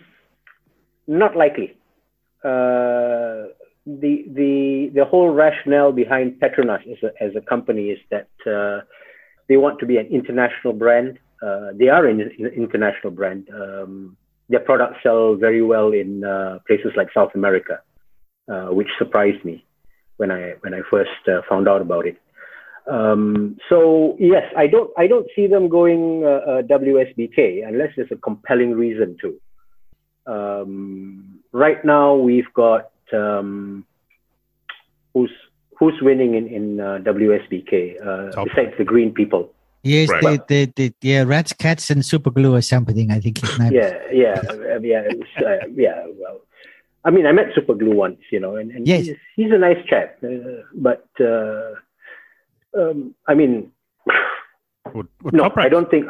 not likely. Uh, the the the whole rationale behind Petronas as a, as a company is that uh, they want to be an international brand. Uh, they are an in- international brand. Um, their products sell very well in uh, places like South America, uh, which surprised me when I when I first uh, found out about it. Um, so yes, I don't I don't see them going uh, uh, WSBK unless there's a compelling reason to. Um, right now we've got um, who's who's winning in in uh, WSBK uh,
Top.
besides the Green people.
Yes,
Right.
the, the, the, yeah, rats, cats, and super glue or something. I think his name.
um, Yeah, yeah, uh, yeah, it's, uh, yeah. Well, I mean, I met Super Glue once, you know, and, and
Yes.
he's, he's a nice chap. Uh, but uh, um, I mean,
Well, well,
no,
Toprak-
I don't think.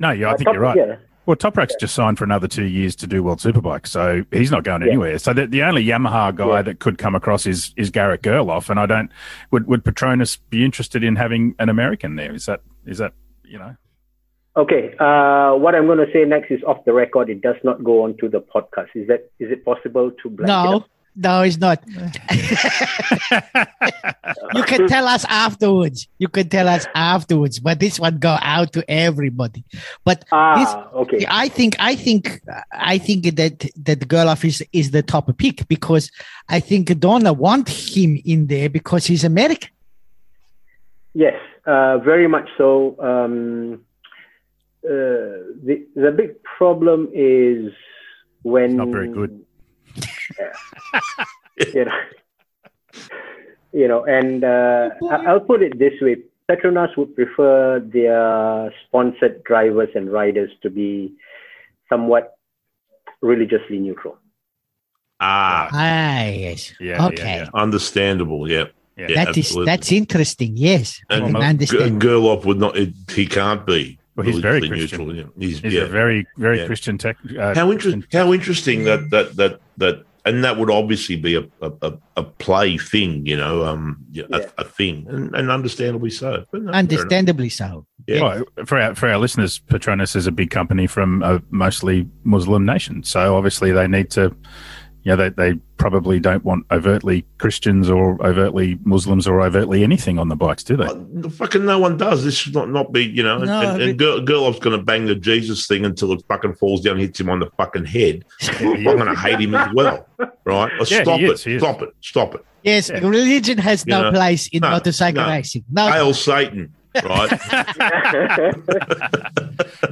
No, yeah, I
uh,
think
Top-
you're right.
Yeah,
Well, Toprak's just signed for another two years to do World Superbike, so he's not going
Yeah.
anywhere. So the, the only Yamaha guy
Yeah.
that could come across is is Garrett Gerloff, and I don't would would Petronas be interested in having an American there? Is that is that you know?
Okay. Uh, what I'm going to say next is off the record. It does not go onto the podcast. Is that is it possible to blank it
No,
up?
no, it's not. you can tell us afterwards. You can tell us afterwards. But this one go out to everybody. But
Ah, okay.
I think I think I think that that Gerloff is is the top pick because I think Donna want him in there because he's American.
Yes, uh, very much so. Um, uh, the the big problem is when
It's not very good.
Yeah. you know, you know, and uh, I- I'll put it this way: Petronas would prefer their sponsored drivers and riders to be somewhat religiously neutral.
Ah,
Ah, yes.
Yeah,
Okay.
yeah,
understandable. Yeah.
Yeah.
That is that's interesting. Yes, I
And
can
G-
understand.
Gerlop would not. It, he can't be.
Well, he's very
religiously
Christian.
neutral, yeah. He's,
He's
yeah.
a very very
Yeah.
Christian tech. Uh,
how interesting! How interesting that that that that, and that would obviously be a a, a, a play thing, you know, um, yeah,
Yeah.
a, a thing, and, and understandably so. But no, fair enough.
Understandably so.
Yeah.
Well, for our for our listeners, Petronas is a big company from a mostly Muslim nation, so obviously they need to. Yeah, they, they probably don't want overtly Christians or overtly Muslims or overtly anything on the bikes, do they?
Uh, Fucking no one does. This should not, not be, you know. And,
No,
and, and Ger- Gerloff's going to bang the Jesus thing until it fucking falls down, and hits him on the fucking head. I'm going to hate him as well, right? Uh,
Yeah,
stop
he
it!
is, he is.
Stop it! Stop it!
Yes,
Yeah.
religion has
You
no
know,
place in
no,
motorcycle
no.
racing. No,
Hail Satan! Right?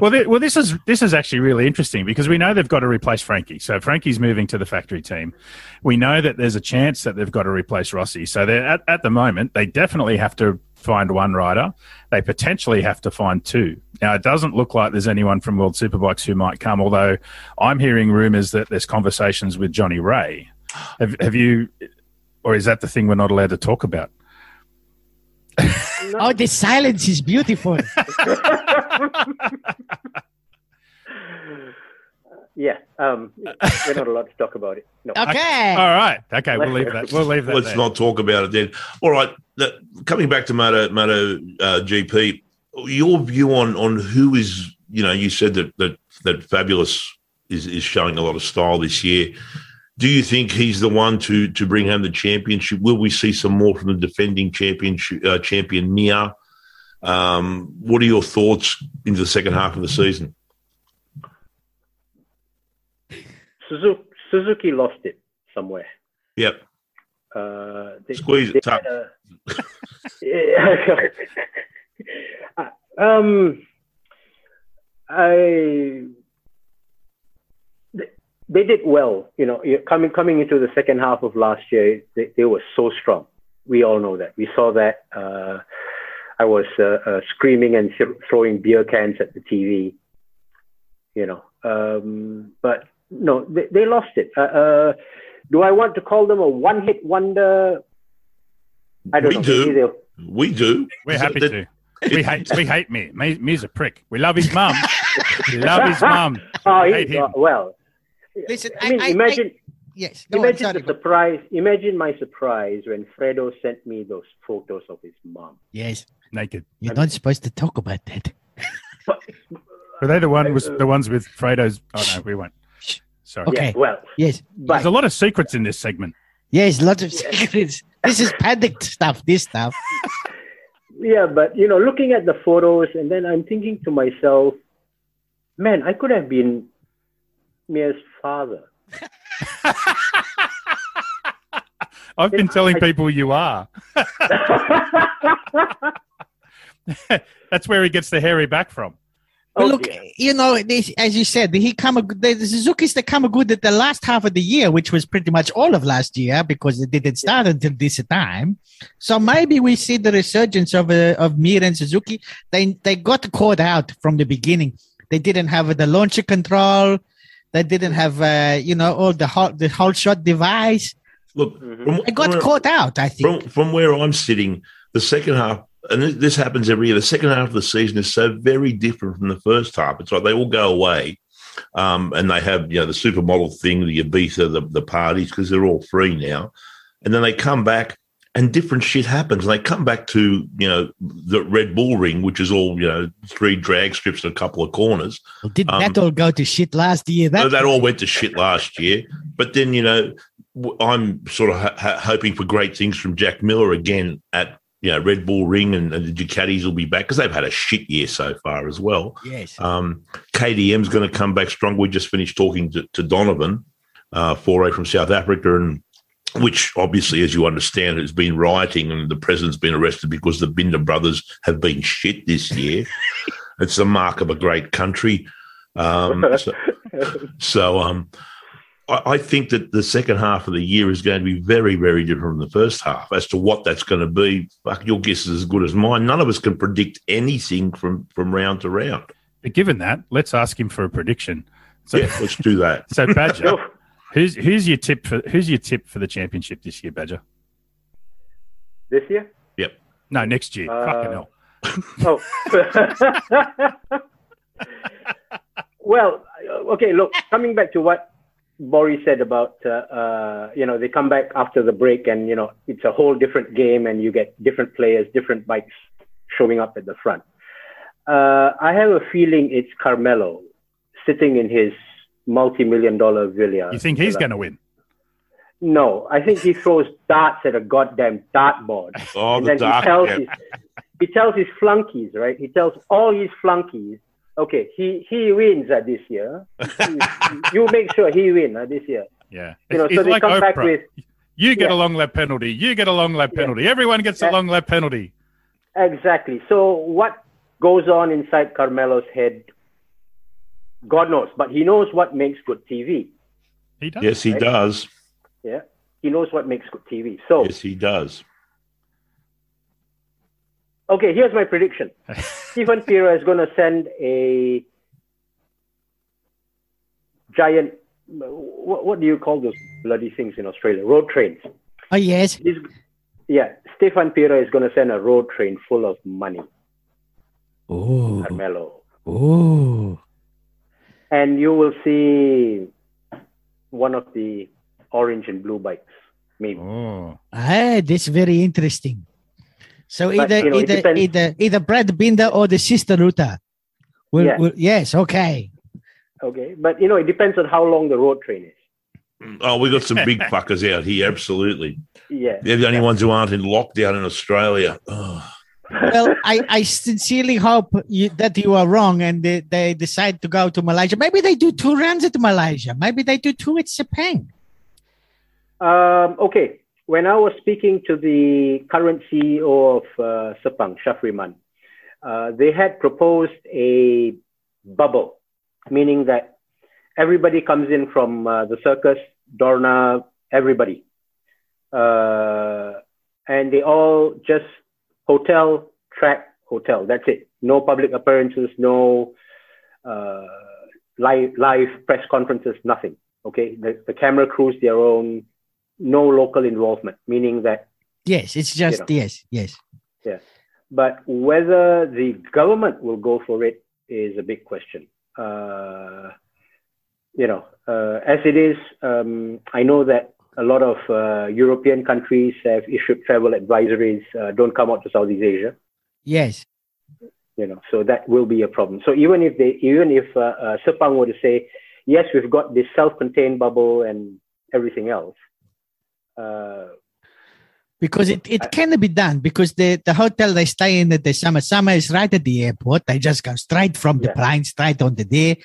well, th- well, this is this is actually really interesting because we know they've got to replace Frankie. So Frankie's moving to the factory team. We know that there's a chance that they've got to replace Rossi. So they're at, at the moment they definitely have to find one rider. They potentially have to find two. Now it doesn't look like there's anyone from World Superbikes who might come. Although I'm hearing rumours that there's conversations with Johnny Ray. Have, have you, or is that the thing we're not allowed to talk about?
oh, the silence is beautiful.
Yeah, um, we're not allowed to talk about it. No.
Okay.
All right. Okay. We'll leave that. We'll leave that.
Let's
there.
not talk about it then. All right. That, coming back to Moto Moto uh, GP, your view on on who is you know you said that that that fabulous is is showing a lot of style this year. Do you think he's the one to to bring home the championship? Will we see some more from the defending championship uh, champion Mia? Um, what are your thoughts into the second half of the season?
Suzuki, Suzuki lost it somewhere.
Yep,
Uh, they,
Squeeze it,
had
tap.
a- Yeah. um, I they- they did well, you know. you- Coming coming into the second half of last year, they, they were so strong. We all know that. We saw that. Uh, I was uh, uh, screaming and th- throwing beer cans at the TV, you know. Um, but no, they, they lost it. Uh, uh, do I want to call them a one-hit wonder? I don't
We
know.
do.
Maybe they'll-
we do.
We're happy
That-
to. We hate we hate me. me. Me's a prick. We love his mum. We love his mum.
Oh,
we
he-
hate him.
well.
Listen,
I mean, imagine
yes.
imagine the surprise. Imagine my surprise when Fredo sent me those photos of his mom.
yes,
Naked.
you're not supposed to talk about that.
Were they the one was the ones with Fredo's? Oh no, we won't. Sorry.
Okay.
Yeah, well,
Yes,
but
There's a lot of secrets in this segment.
yes, lots of secrets. This is panicked stuff. This stuff.
yeah, but you know, looking at the photos, and then I'm thinking to myself, man, I could have been Mia's father.
I've been telling people you are. That's where he gets the hairy back from.
But
Oh,
look,
dear.
you know, this, as you said, he come a, the the Suzuki's they come a good at the last half of the year, which was pretty much all of last year because it didn't start until this time. So maybe we see the resurgence of uh, of Mir and Suzuki. They they got caught out from the beginning. They didn't have the launcher control. They didn't have, uh, you know, all the whole, the whole shot device.
Look,
Mhm.
from,
I got
from-
caught out, I think.
from from where I'm sitting, the second half, and this, this happens every year. The second half of the season is so very different from the first half. It's like they all go away, um, and they have you know the supermodel thing, the Ibiza, the, the parties because they're all free now, and then they come back. And different shit happens. And they come back to you know the Red Bull ring, which is all you know three drag strips and a couple of corners.
Didn't
um,
that all go to shit last year? That,
No, that all went to shit last year. But then, you know, w- I'm sort of ho- ho- hoping for great things from Jack Miller again at, you know, Red Bull Ring and, and the Ducatis will be back because they've had a shit year so far as well.
yes.
Um, KDM's going to come back strong. We just finished talking to, to Donovan, uh, foray from South Africa, and which obviously, as you understand, has been rioting and the president's been arrested because the Binder brothers have been shit this year. it's the mark of a great country. Um, so- so um, I, I think that the second half of the year is going to be very, very different from the first half. As to what that's going to be, fuck, your guess is as good as mine. None of us can predict anything from, from round to round.
But given that, let's ask him for a prediction. So,
Yeah, let's do that.
so Badger,
Go.
who's who's your tip for who's your tip for the championship this year, Badger?
this year?
No, next year.
Uh,
Fucking hell.
Oh. well, uh, okay, look, coming back to what Boris said about, uh, uh, you know, they come back after the break and, you know, it's a whole different game and you get different players, different bikes showing up at the front. Uh, I have a feeling it's Carmelo sitting in his multi-million dollar villa.
You think he's
villa.
going to win?
No, I think he throws darts at a goddamn dartboard.
Oh,
And
the
then he tells
dark.
his he tells his flunkies, right? He tells all his flunkies, okay, he he wins at this year. You- you make sure he wins at this year.
Yeah.
You know,
It's-
so
it's
they
like
come back
Oprah.
with
you get
yeah.
a long lap penalty. You get a long lap
Yeah.
penalty. Everyone gets a
Yeah.
long lap penalty.
exactly. So what goes on inside Carmelo's head? God knows, but he knows what makes good TV.
He does.
Yes, he does.
Yeah, he knows what makes good TV. So
Yes, he does.
okay, here's my prediction: Stephen Pira is going to send a giant. What, what do you call those bloody things in Australia? Road trains.
Oh, yes.
He's, yeah, Stefan Pira is going to send a road train full of money,
Oh,
Carmelo.
oh.
And you will see one of the orange and blue bikes, maybe.
Oh.
Ah, that's very interesting. So
But,
either
you know, it
either
depends-
either either Brad Binder or the sister Ruta. Will,
Yeah.
will- yes, okay.
Okay. But, you know, it depends on how long the road train is.
Oh, we got some big fuckers out here. Absolutely.
Yeah.
They're the only ones who aren't in lockdown in Australia. Oh,
Well, I, I sincerely hope you, that you are wrong and they, they decide to go to Malaysia. Maybe they do two rounds at Malaysia. Maybe they do two at Sepang.
Um, okay. When I was speaking to the current CEO of uh, Sepang, Shafriman, uh, they had proposed a bubble, meaning that everybody comes in from uh, the circus, Dorna, everybody. Uh, and they all just hotel, track, hotel. That's it. No public appearances, no uh, live, live press conferences, nothing. Okay. The, the camera crews their own, no local involvement, meaning that
Yes, it's just
know.
yes, yes.
But whether the government will go for it is a big question. Uh, you know, uh, as it is, um, I know that a lot of uh, European countries have issued travel advisories: uh, don't come out to Southeast Asia.
Yes.
You know, so that will be a problem. So even if they, even if uh, uh, Sepang were to say, yes, we've got this self-contained bubble and everything else, uh,
Because it, it can be done because the, the hotel they stay in at the summer summer is right at the airport. They just go straight from the
Yeah.
plane, straight on the day,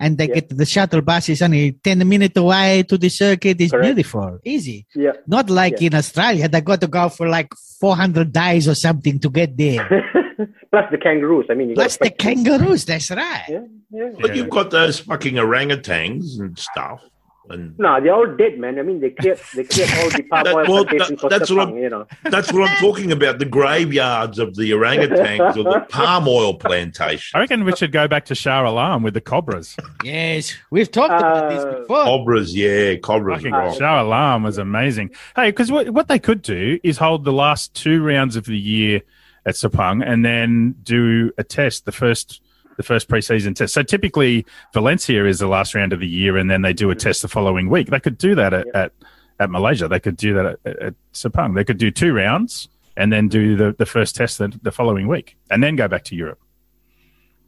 and they
Yeah.
get the shuttle bus is only ten minute away to the circuit. It's
Correct.
beautiful, easy.
yeah,
Not like
Yeah.
in Australia, they got to go for like four hundred days or something to get there.
plus the kangaroos. I mean, you
Plus
got
the kangaroos, that's right.
Yeah, yeah.
But you've got those fucking orangutans and stuff. And
No, they're all dead, man. I mean, they cleared they cleared all the palm
That-
oil
well,
plantation
that-
for
that's what I'm-
Sepang, you know.
that's what I'm talking about the graveyards of the orangutans or the palm oil plantation.
I reckon we should go back to Shah Alam with the Cobras.
Yes, we've talked about this
Uh,
before.
Cobras, yeah, cobras.
Fucking
are wrong.
Shah Alam was amazing. Hey, because what, what they could do is hold the last two rounds of the year at Sepang and then do a test, the first the first preseason test. So typically Valencia is the last round of the year and then they do a test the following week. They could do that at, at, at Malaysia. They could do that at, at Sepang. They could do two rounds and then do the, the first test the, the following week and then go back to Europe.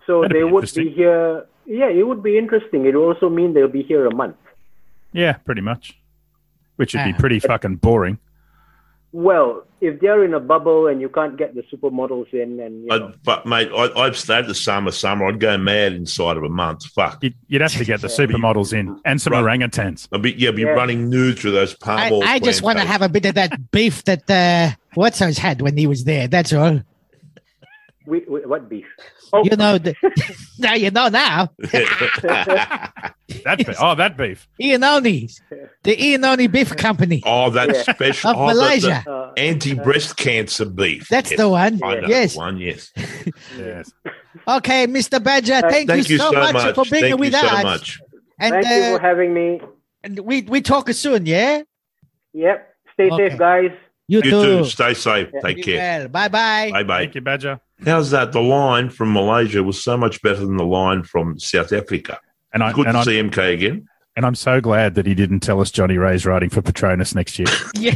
So
That'd
they
be
would
interesting.
be here. Yeah, it would be interesting. It would also mean they'll be here a month.
Yeah, pretty much. Which would be
Ah.
pretty fucking boring.
Well, if they're in a bubble and you can't get the supermodels in, and you know,
I'd, but mate, I, I've stayed the summer, summer. I'd go mad inside of a month. Fuck,
You'd, you'd have to get the supermodels in and some
Right.
orangutans.
I'd be yeah, I'd be
Yeah.
running nude through those palm
I,
oil.
I just want to
plantations.
have a bit of that beef that uh, what's his had when he was there. That's all.
we, we, what beef? Oh,
You know. The, now you know now.
That beef. Oh, that beef.
Ianoni's, the Ianoni Beef Company
oh, that
Yeah.
special
of
oh, the- the
Malaysia.
uh,
anti-breast cancer beef.
That's
Yes,
the one.
I know the
Yes.
one. Yes.
Yes.
Okay, Mr. Badger,
Uh,
thank,
Thank
you so much, for being
Thank you
with
so
us.
much.
And,
thank you
uh,
for having me.
and we we talk soon, yeah.
Yep. Stay
Okay.
safe, guys.
You,
You too. Stay safe.
Yeah.
Take care.
Bye bye.
Bye bye.
Thank you, Badger.
How's that? The line from Malaysia was so much better than the line from South Africa.
And I
Good
and
to
I'm,
see MK again.
and I'm so glad that he didn't tell us Johnny Ray's riding for Patronus next year.
Yeah.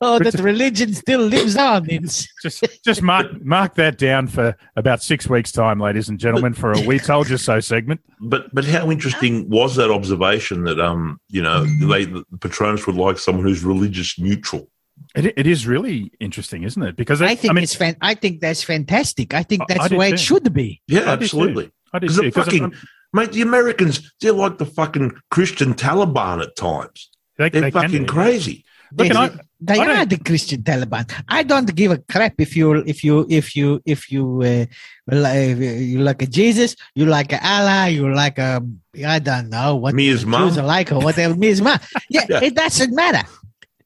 oh, that religion still lives on. It's,
just just mark mark that down for about six weeks' time, ladies and gentlemen, for a "We Told You So" segment.
But but how interesting
Ah.
was that observation that um you know they the Patronus would like someone who's religious neutral.
It, it is really interesting, isn't it? Because
I think
mean,
it's fan- I think that's fantastic. I think
I-
that's
I
the
do
way it
too.
should be.
Yeah,
I do too.
absolutely.
I do
Because the
too, 'cause
fucking
I'm-
mate, the Americans they're like the fucking Christian Taliban at times.
they,
They're
they can
fucking
be.
crazy.
Look, and I,
They
I don't-
are the Christian Taliban. I don't give a crap if you if you if you if you uh, like, you like a Jesus, you like a Allah, you like a I don't know what
Me
the
as
Jews are
mum.
like or whatever. Me as mum. Yeah,
Yeah.
it doesn't matter.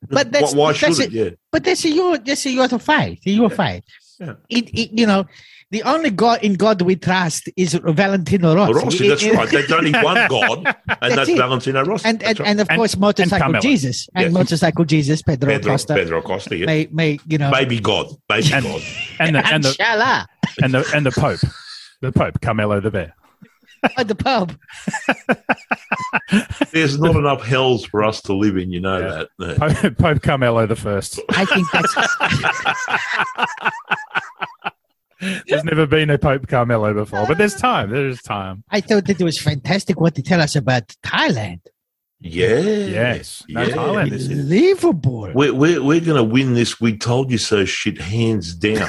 But
Why,
that's
why
that's
should it? Yeah.
But that's a your that's a your fight. Your fight.
Yeah.
It, it you know the only God in God we trust is Valentino Rossi.
Well, Rossi,
It-
that's
it-
right. There's only one God, and that's
it.
Valentino Rossi.
And
That's
and,
right.
and of
And-
course motorcycle
Carmelo.
Jesus and
Yes.
motorcycle Jesus Pedro,
Pedro,
Costa
Pedro Costa, yeah.
may may you know
baby God, baby
And-
God.
and the and the
Inshallah.
and the and the Pope, the Pope Carmelo the Bear.
at the pub.
There's not enough hells for us to live in. You know
Yeah.
that. Yeah.
Pope, Pope Carmelo the First.
I think that's
There's never been a Pope Carmelo before, but there's time. There is time.
I thought that it was fantastic what they tell us about Thailand.
Yes. No,
Yeah.
Thailand is
Unbelievable.
We're, we're, we're going to win this. We told you so. Shit, hands down.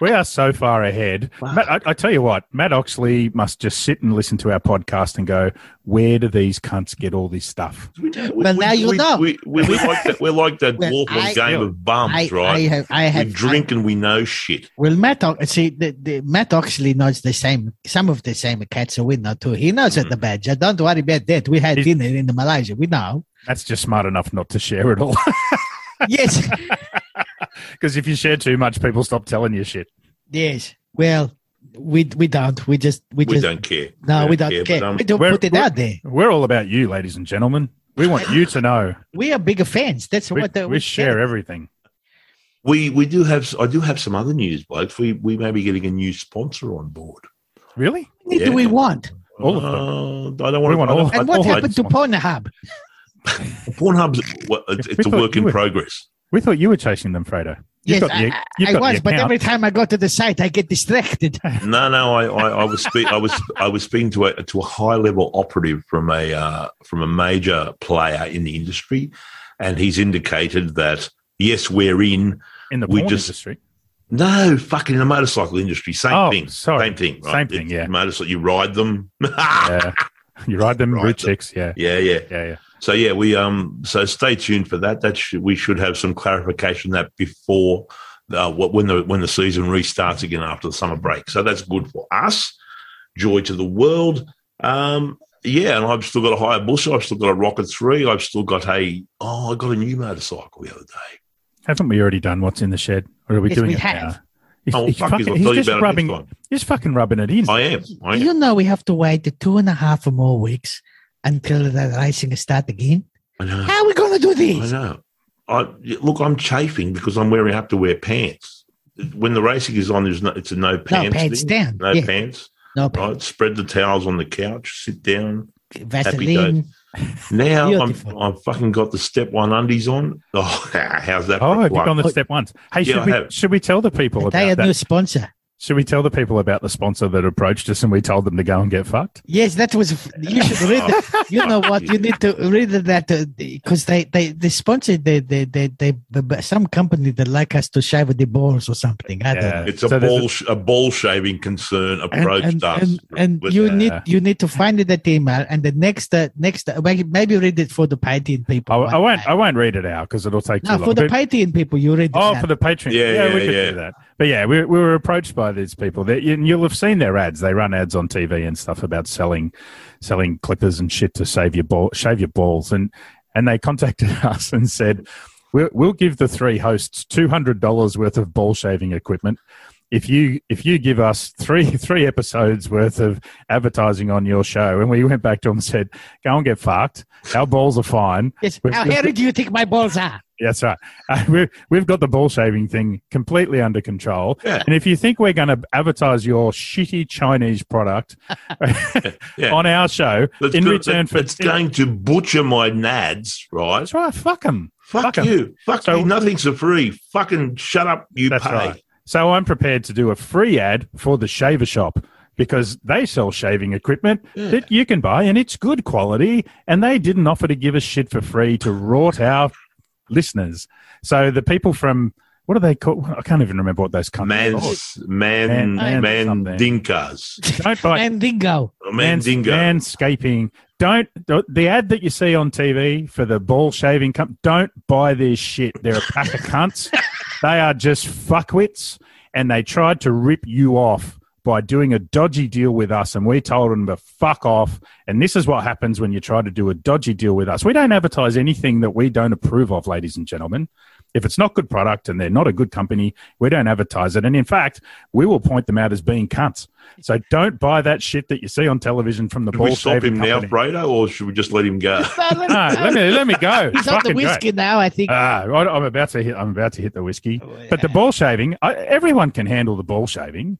We are so far ahead. Matt, I, I tell you what, Matt Oxley must just sit and listen to our podcast and go, where do these cunts get all this stuff?
We, we,
Well, now you
we,
know.
We, we, we like that. We're like that
Well,
dwarf
I-
on game of bums,
I, I
right?
have I have
we drink and we know shit.
I- well Matt Ox- see the, the Matt Oxley knows the same some of the same cats we know too. He knows at the badger. Don't worry about that. We had
He's-
dinner in the Malaysia. We know.
That's just smart enough not to share it all.
Yes.
Because if you share too much, people stop telling you shit.
yes. Well we we don't. We just we,
We
just
don't care.
no, we don't
but,
care.
um,
we don't
we're-
put it
we're-
out there.
We're all about you, ladies and gentlemen. We want you to know.
We are bigger fans. That's
We,
what the,
we share everything.
we we do have. I do have some other news, blokes. We we may be getting a new sponsor on board.
Really?
How many do
Yeah.
we want?
All of
Uh, I don't want
We want
I don't-
all-
And
I'd
what
like
happened to
this
Pornhub?
Pornhub's well, it's,
If
it's a
we thought
work
you
in
were-
progress.
We thought you were chasing them, Fredo. You've
Yes,
got the-
I- I,
you've
I
got the
was, but
account.
every time I go to the site, I get distracted.
No, no, I, I, I was speak, I was I was speaking to a to a high level operative from a uh, from a major player in the industry, and he's indicated that yes, we're in.
in the
we
porn
just-
industry.
No, fucking in the motorcycle industry, same
Oh,
thing.
sorry.
Same thing.
Same thing,
It's
yeah.
Motorcycle, you ride them. yeah,
Yeah. You ride them,
Ride
blue
them.
chicks. Yeah.
yeah.
Yeah. Yeah.
So yeah, we um. So stay tuned for that. That should we should have some clarification that before uh, what when the when the season restarts again after the summer break. So that's good for us. joy to the world. Um, yeah, and I've still got a higher bush. I've still got a Rocket 3. I've still got a, oh, I got a new motorcycle the other day.
Haven't we already done what's in the shed? Or are we
Yes,
doing
we
it
have.
now? He's,
Oh, well,
he's
fuck
fucking,
is, I'll
he's
tell you
just
about it next
rubbing,
time.
he's fucking rubbing it in.
I am. I am.
You know we have to wait the two and a half or more weeks until the racing start again.
I know.
How are we gonna do
Hmm. I
this?
know. I look. I'm chafing because I'm wearing have to wear pants. When the racing is on, there's no. It's a no
No
pants.
pants
thing.
down.
No
yeah.
pants.
No pants.
Right. Spread the towels on the couch. Sit down.
Vaseline.
Now I'm.
Beautiful.
I've fucking got the step one undies on. Oh, how's that?
Oh,
for
have you
plug?
gone the step once? Hey,
Yeah, I
should, we,
have.
should we tell the people
They are
about
new
that?
sponsor.
Should we tell the people about the sponsor that approached us and we told them to go and get fucked?
Yes, that was. You should read.
Oh,
that. You know what? You need to read that uh, because they they they sponsored they they they, they the, some company that like us to shave the balls or something. I don't know.
It's a
So there's
ball. A, ball shaving concern
And,
approached
and,
us.
and, and
with
you
that.
need you need to find it at email and the next uh, next uh, maybe- maybe read it for the Patreon people.
I, I won't. I won't read it out because it'll take
Oh, no,
too
for
long.
the
But-
Patreon people, you read. It
Oh,
now.
for the Patreon.
Yeah,
we
yeah,
could
yeah.
do that. But yeah, we, we were approached by these people. That you, you'll have seen their ads. They run ads on TV and stuff about selling, selling clippers and shit to save your ball, shave your balls. And and they contacted us and said, we'll, we'll give the three hosts two hundred dollars worth of ball shaving equipment. If you if you give us three three episodes worth of advertising on your show, and we went back to them and said, "Go and get fucked. Our balls are fine.
yes.
we've-
How
we've-
hairy do you think my balls are?
That's right. Uh, we've, we've got the ball shaving thing completely under control.
Yeah.
And if you think we're going to advertise your shitty Chinese product
Yeah.
on our show
That's
in
good.
return for.
it's going to butcher my nads, right?
That's right. Fuck them.
Fuck,
Fuck 'em.
you. Fuck
So-
you. Nothing's for free. Fucking shut up. You
That's
pay.
right. So I'm prepared to do a free ad for the shaver shop because they sell shaving equipment
Yeah.
that you can buy and it's good quality. And they didn't offer to give us shit for free to rot our listeners. So the people from. What are they called? I can't even remember what those companies. are called.
Man's,
Man-
man, man,
man something.
dinkas.
Don't buy
And dingo.
Man dingo.
Manscaping. Don't the ad that you see on TV for the ball shaving company. Don't buy their shit. They're a pack of cunts. They are just fuckwits, and they tried to rip you off by doing a dodgy deal with us, and we told them to fuck off. And this is what happens when you try to do a dodgy deal with us. We don't advertise anything that we don't approve of, ladies and gentlemen. If it's not good product and they're not a good company, we don't advertise it. And in fact, we will point them out as being cunts. So don't buy that shit that you see on television from the
Should
ball
we stop
shaving
him now,
company.
Fredo, or should we just let him go?
No,
no, Ah, let me let me go.
He's on the
Fucking go.
whiskey now. I think.
Ah, right, I'm about to hit. I'm about to hit the whiskey. But the ball shaving, I, everyone can handle the ball shaving.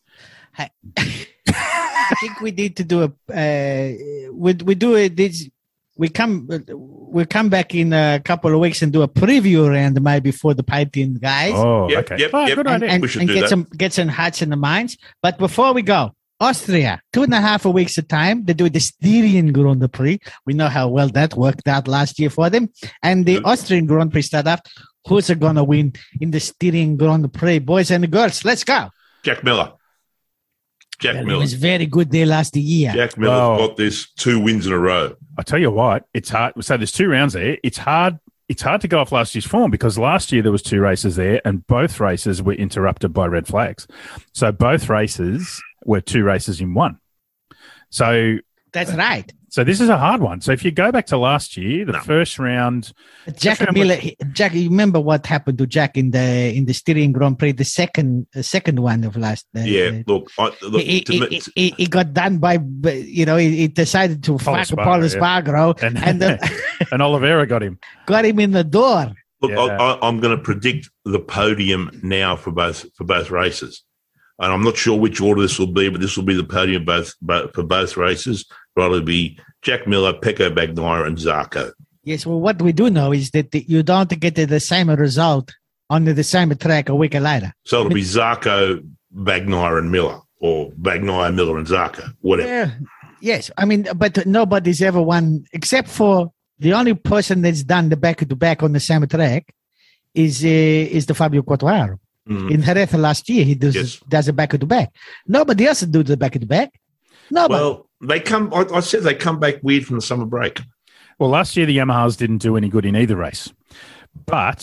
I think we need to do a uh, we we do a this we come we come back in a couple of weeks and do a preview round maybe for the Python guys
Oh,
Yep,
okay.
yep,
Oh,
yep.
Good
and,
idea.
and,
we should
and
do
get
that.
some get some hearts in the minds. But before we go, Austria two and a half a weeks of time they do the Styrian Grand Prix. We know how well that worked out last year for them, and the
Good.
Austrian Grand Prix start up. Who's gonna win in the Styrian Grand Prix, boys and girls? Let's go.
Jack Miller. Jack
It
Miller.
was very good there last year.
Jack Miller's
Wow.
got this two wins in a row.
I tell you what, it's hard. So there's two rounds there. It's hard. It's hard to go off last year's form because last year there was two races there, and both races were interrupted by red flags. So both races were two races in one. So
That's right.
so this is a hard one. So if you go back to last year, the
No.
first round,
Jack
Different
Miller, he- Jack, you remember what happened to Jack in the in the Styrian Grand Prix, the second the second one of last. Uh,
Yeah, look, I,
uh,
look
he,
to
he-
me-
he- he- he got done by, by- you know, he, he decided to fuck
Spargo,
Paul
yeah.
Spargo
and
and
and,
then
Oliveira got him.
got him in the door.
look, I,
Yeah.
I, I'm going to predict the podium now for both for both races, and I'm not sure which order this will be, but this will be the podium both, both for both races. Right, it'll be Jack Miller, Pecco Bagnaia, and Zarco.
Yes, well, what we do know is that you don't get the same result on the same track a week later.
So it'll be Zarco, Bagnaia, and Miller, or Bagnaia, Miller, and Zarco, whatever.
Yeah. Yes, I mean, but nobody's ever won except for the only person that's done the back to back on the same track is uh, is the Fabio Quattuaro
Mhm.
in Jerez last year. He does
Yes.
does a back to back. Nobody else do the back to back. Nobody.
Well, they come. I, I said they come back weird from the summer break.
Well, last year the Yamahas didn't do any good in either race, but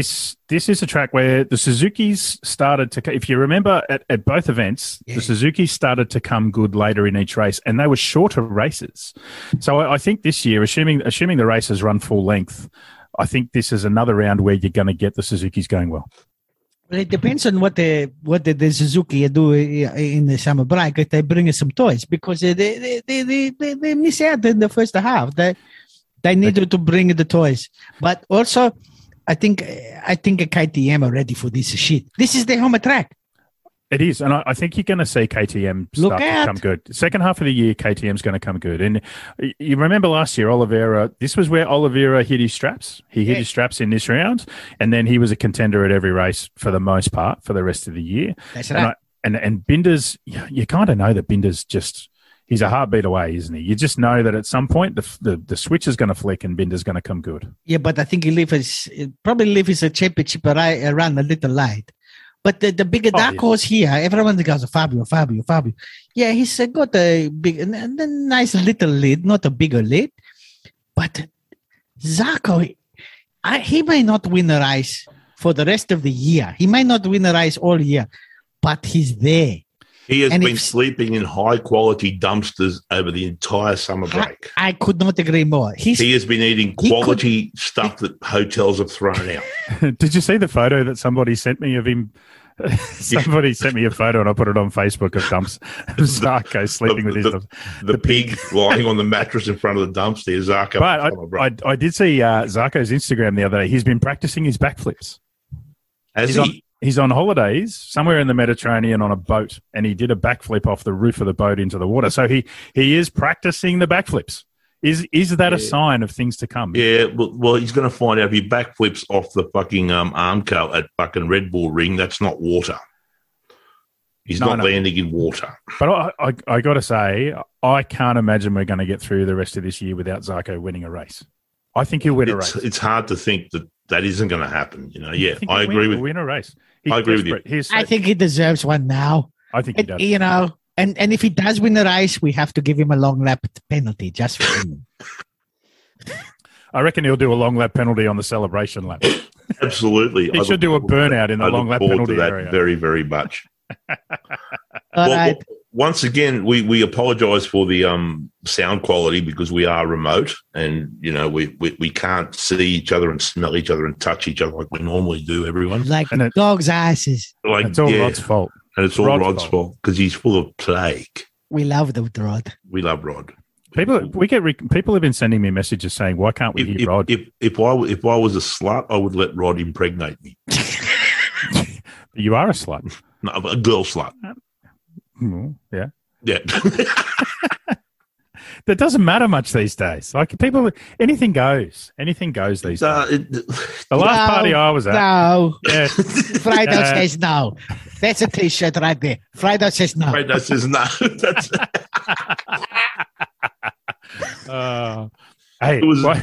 This this is a track where the Suzuki's started to. If you remember, at, at both events,
Yeah.
the Suzuki's started to come good later in each race, and they were shorter races. So I, I think this year, assuming assuming the races run full length, I think this is another round where you're going to get the Suzuki's going well.
Well, it depends on what the what the, the Suzuki do eh, in the summer break. If they bring us some toys, because they they they, they, they, they miss out in the first half. They they need to bring the toys, but also. I think I think KTM are ready for this shit. This is their home track.
It is, and I, I think you're going to see KTM
Look
start
out.
to come good. Second half of the year, KTM's going to come good. And y- you remember last year, Oliveira. This was where Oliveira hit his straps. He hit
Yeah.
his straps in this round, and then he was a contender at every race for the most part for the rest of the year.
That's
And
right.
I, and and Binder's, you, you kind of know that Binder's just he's a heartbeat away, isn't he? You just know that at some point the f- the, the switch is going to flick and Binder's going to come good.
Yeah, but I think he leave his probably leave his championship ri- run a little light. But the, the bigger
Oh,
dark
yeah.
horse here, everyone goes Fabio, Fabio, Fabio. Yeah, he's uh, got a big and a nice little lead, not a bigger lead. But Zarco, I, he may not win a race for the rest of the year. He may not win a race all year, but he's there.
He has
And
been
if-
sleeping in high quality dumpsters over the entire summer break.
I could not agree more. He's
He has been eating
He could-
quality stuff that hotels have thrown out.
Did you see the photo that somebody sent me of him? somebody sent me a photo and I put it on Facebook of dumps of Zarko sleeping with his.
the-
dumps.
The, pig lying on the mattress in front of the dumpster is Zarko.
But I, I, I did see uh, Zarko's Instagram the other day. He's been practicing his backflips.
Has
he's
he?
on- He's on holidays somewhere in the Mediterranean on a boat, and he did a backflip off the roof of the boat into the water. So he he is practicing the backflips. Is is that a
Yeah.
sign of things to come?
Yeah, well, well he's going to find out if he backflips off the fucking um, Armco at fucking Red Bull Ring. That's not water. He's
No,
not
no.
landing in water.
But I I, I got to say, I can't imagine we're going to get through the rest of this year without Zarko winning a race. I think he'll win a
It's,
race.
it's hard to think that that isn't going to happen. You know, yeah,
think
I
he'll win-
agree
he'll
with
win a race. He's
I agree with you.
desperate. He's
I
so-
think he deserves one now.
I think he
And,
does.
you know, and, and if he does win the race, we have to give him a long lap penalty just for him.
I reckon he'll do a long lap penalty on the celebration lap.
Absolutely. I
He should
look
do a
forward to
burnout
that.
in the
I
long lap
look forward
penalty
to that
area.
very, very much.
All
Well,
right.
well, once again, we, we apologise for the um, sound quality because we are remote and, you know, we, we, we can't see each other and smell each other and touch each other like we normally do, everyone.
like
And it-
dog's asses.
Like,
it's all
yeah,
Rod's fault.
and it's all
Rod's
Rod's,
fault.
fault because he's full of plague.
We love the Rod.
We love Rod.
People, we get re- people have been sending me messages saying, "Why can't we
If,
hear
if,
Rod?"
if, if, I, if I was a slut, I would let Rod impregnate me.
you are a slut.
No, a girl slut.
Mm, yeah,
Yeah.
that doesn't matter much these days. Like people, anything goes. Anything goes these
So,
days.
it-
The last
No,
party I was at,
No.
yeah,
Friday
Uh,
says no. That's a t shirt right there. Friday says no.
Fredo says no. That's,
Uh, hey,
It was-
why-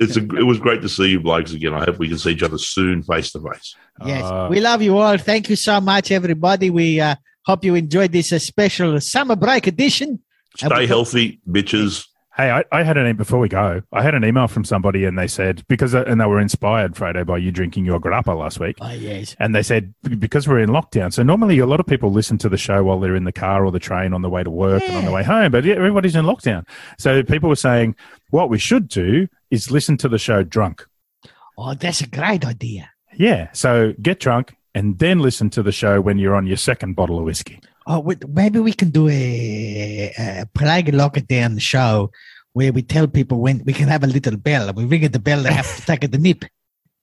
it's a, it was great to see you blokes again. I hope we can see each other soon, face to face.
Yes.
Uh,
we love you all. Thank you so much, everybody. We uh, hope you enjoyed this uh, special summer break edition. And
Stay
we-
healthy, bitches.
hey, I, I had an e- before we go. I had an email from somebody, and they said because uh, and they were inspired, Fredo, by you drinking your grappa last week.
Oh, yes.
And they said "B- because we're in lockdown, so normally a lot of people listen to the show while they're in the car or the train on the way to work and on the
Yeah.
way home. But yeah, everybody's in lockdown, so people were saying what we should do is listen to the show drunk.
Oh, that's a great idea.
Yeah, so get drunk and then listen to the show when you're on your second bottle of whiskey.
Oh, wait, maybe we can do a, a plug lockdown show where we tell people when we can have a little bell. We ring at the bell, they have to take the nip.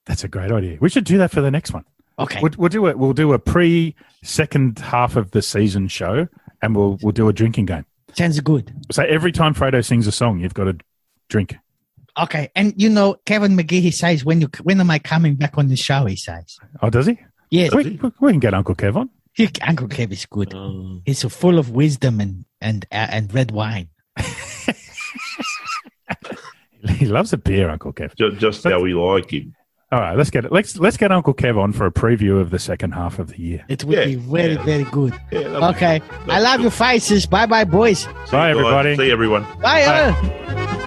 That's a great idea. We should do that for the next one.
Okay.
We'll, we'll do it. We'll do a pre second half of the season show, and we'll we'll do a drinking game.
Sounds good.
So every time Fredo sings a song, you've got to drink.
Okay. And you know, Kevin McGee, he says, when you when am I coming back on the show? He says,
Oh, does he?
Yes,
We, we- we can get Uncle Kev on.
he, Uncle Kev is good. He's so full of wisdom and and uh, and red wine.
He loves a beer, Uncle Kev.
Ju- Just how we like him.
All right, let's get it. Let's let's get Uncle Kev on for a preview of the second half of the year.
It would
Yeah,
be very very good.
Yeah, that was-
Okay. I love your faces. Bye bye, boys.
See you
Bye,
guys.
everybody.
See everyone.
Bye. all.
Bye.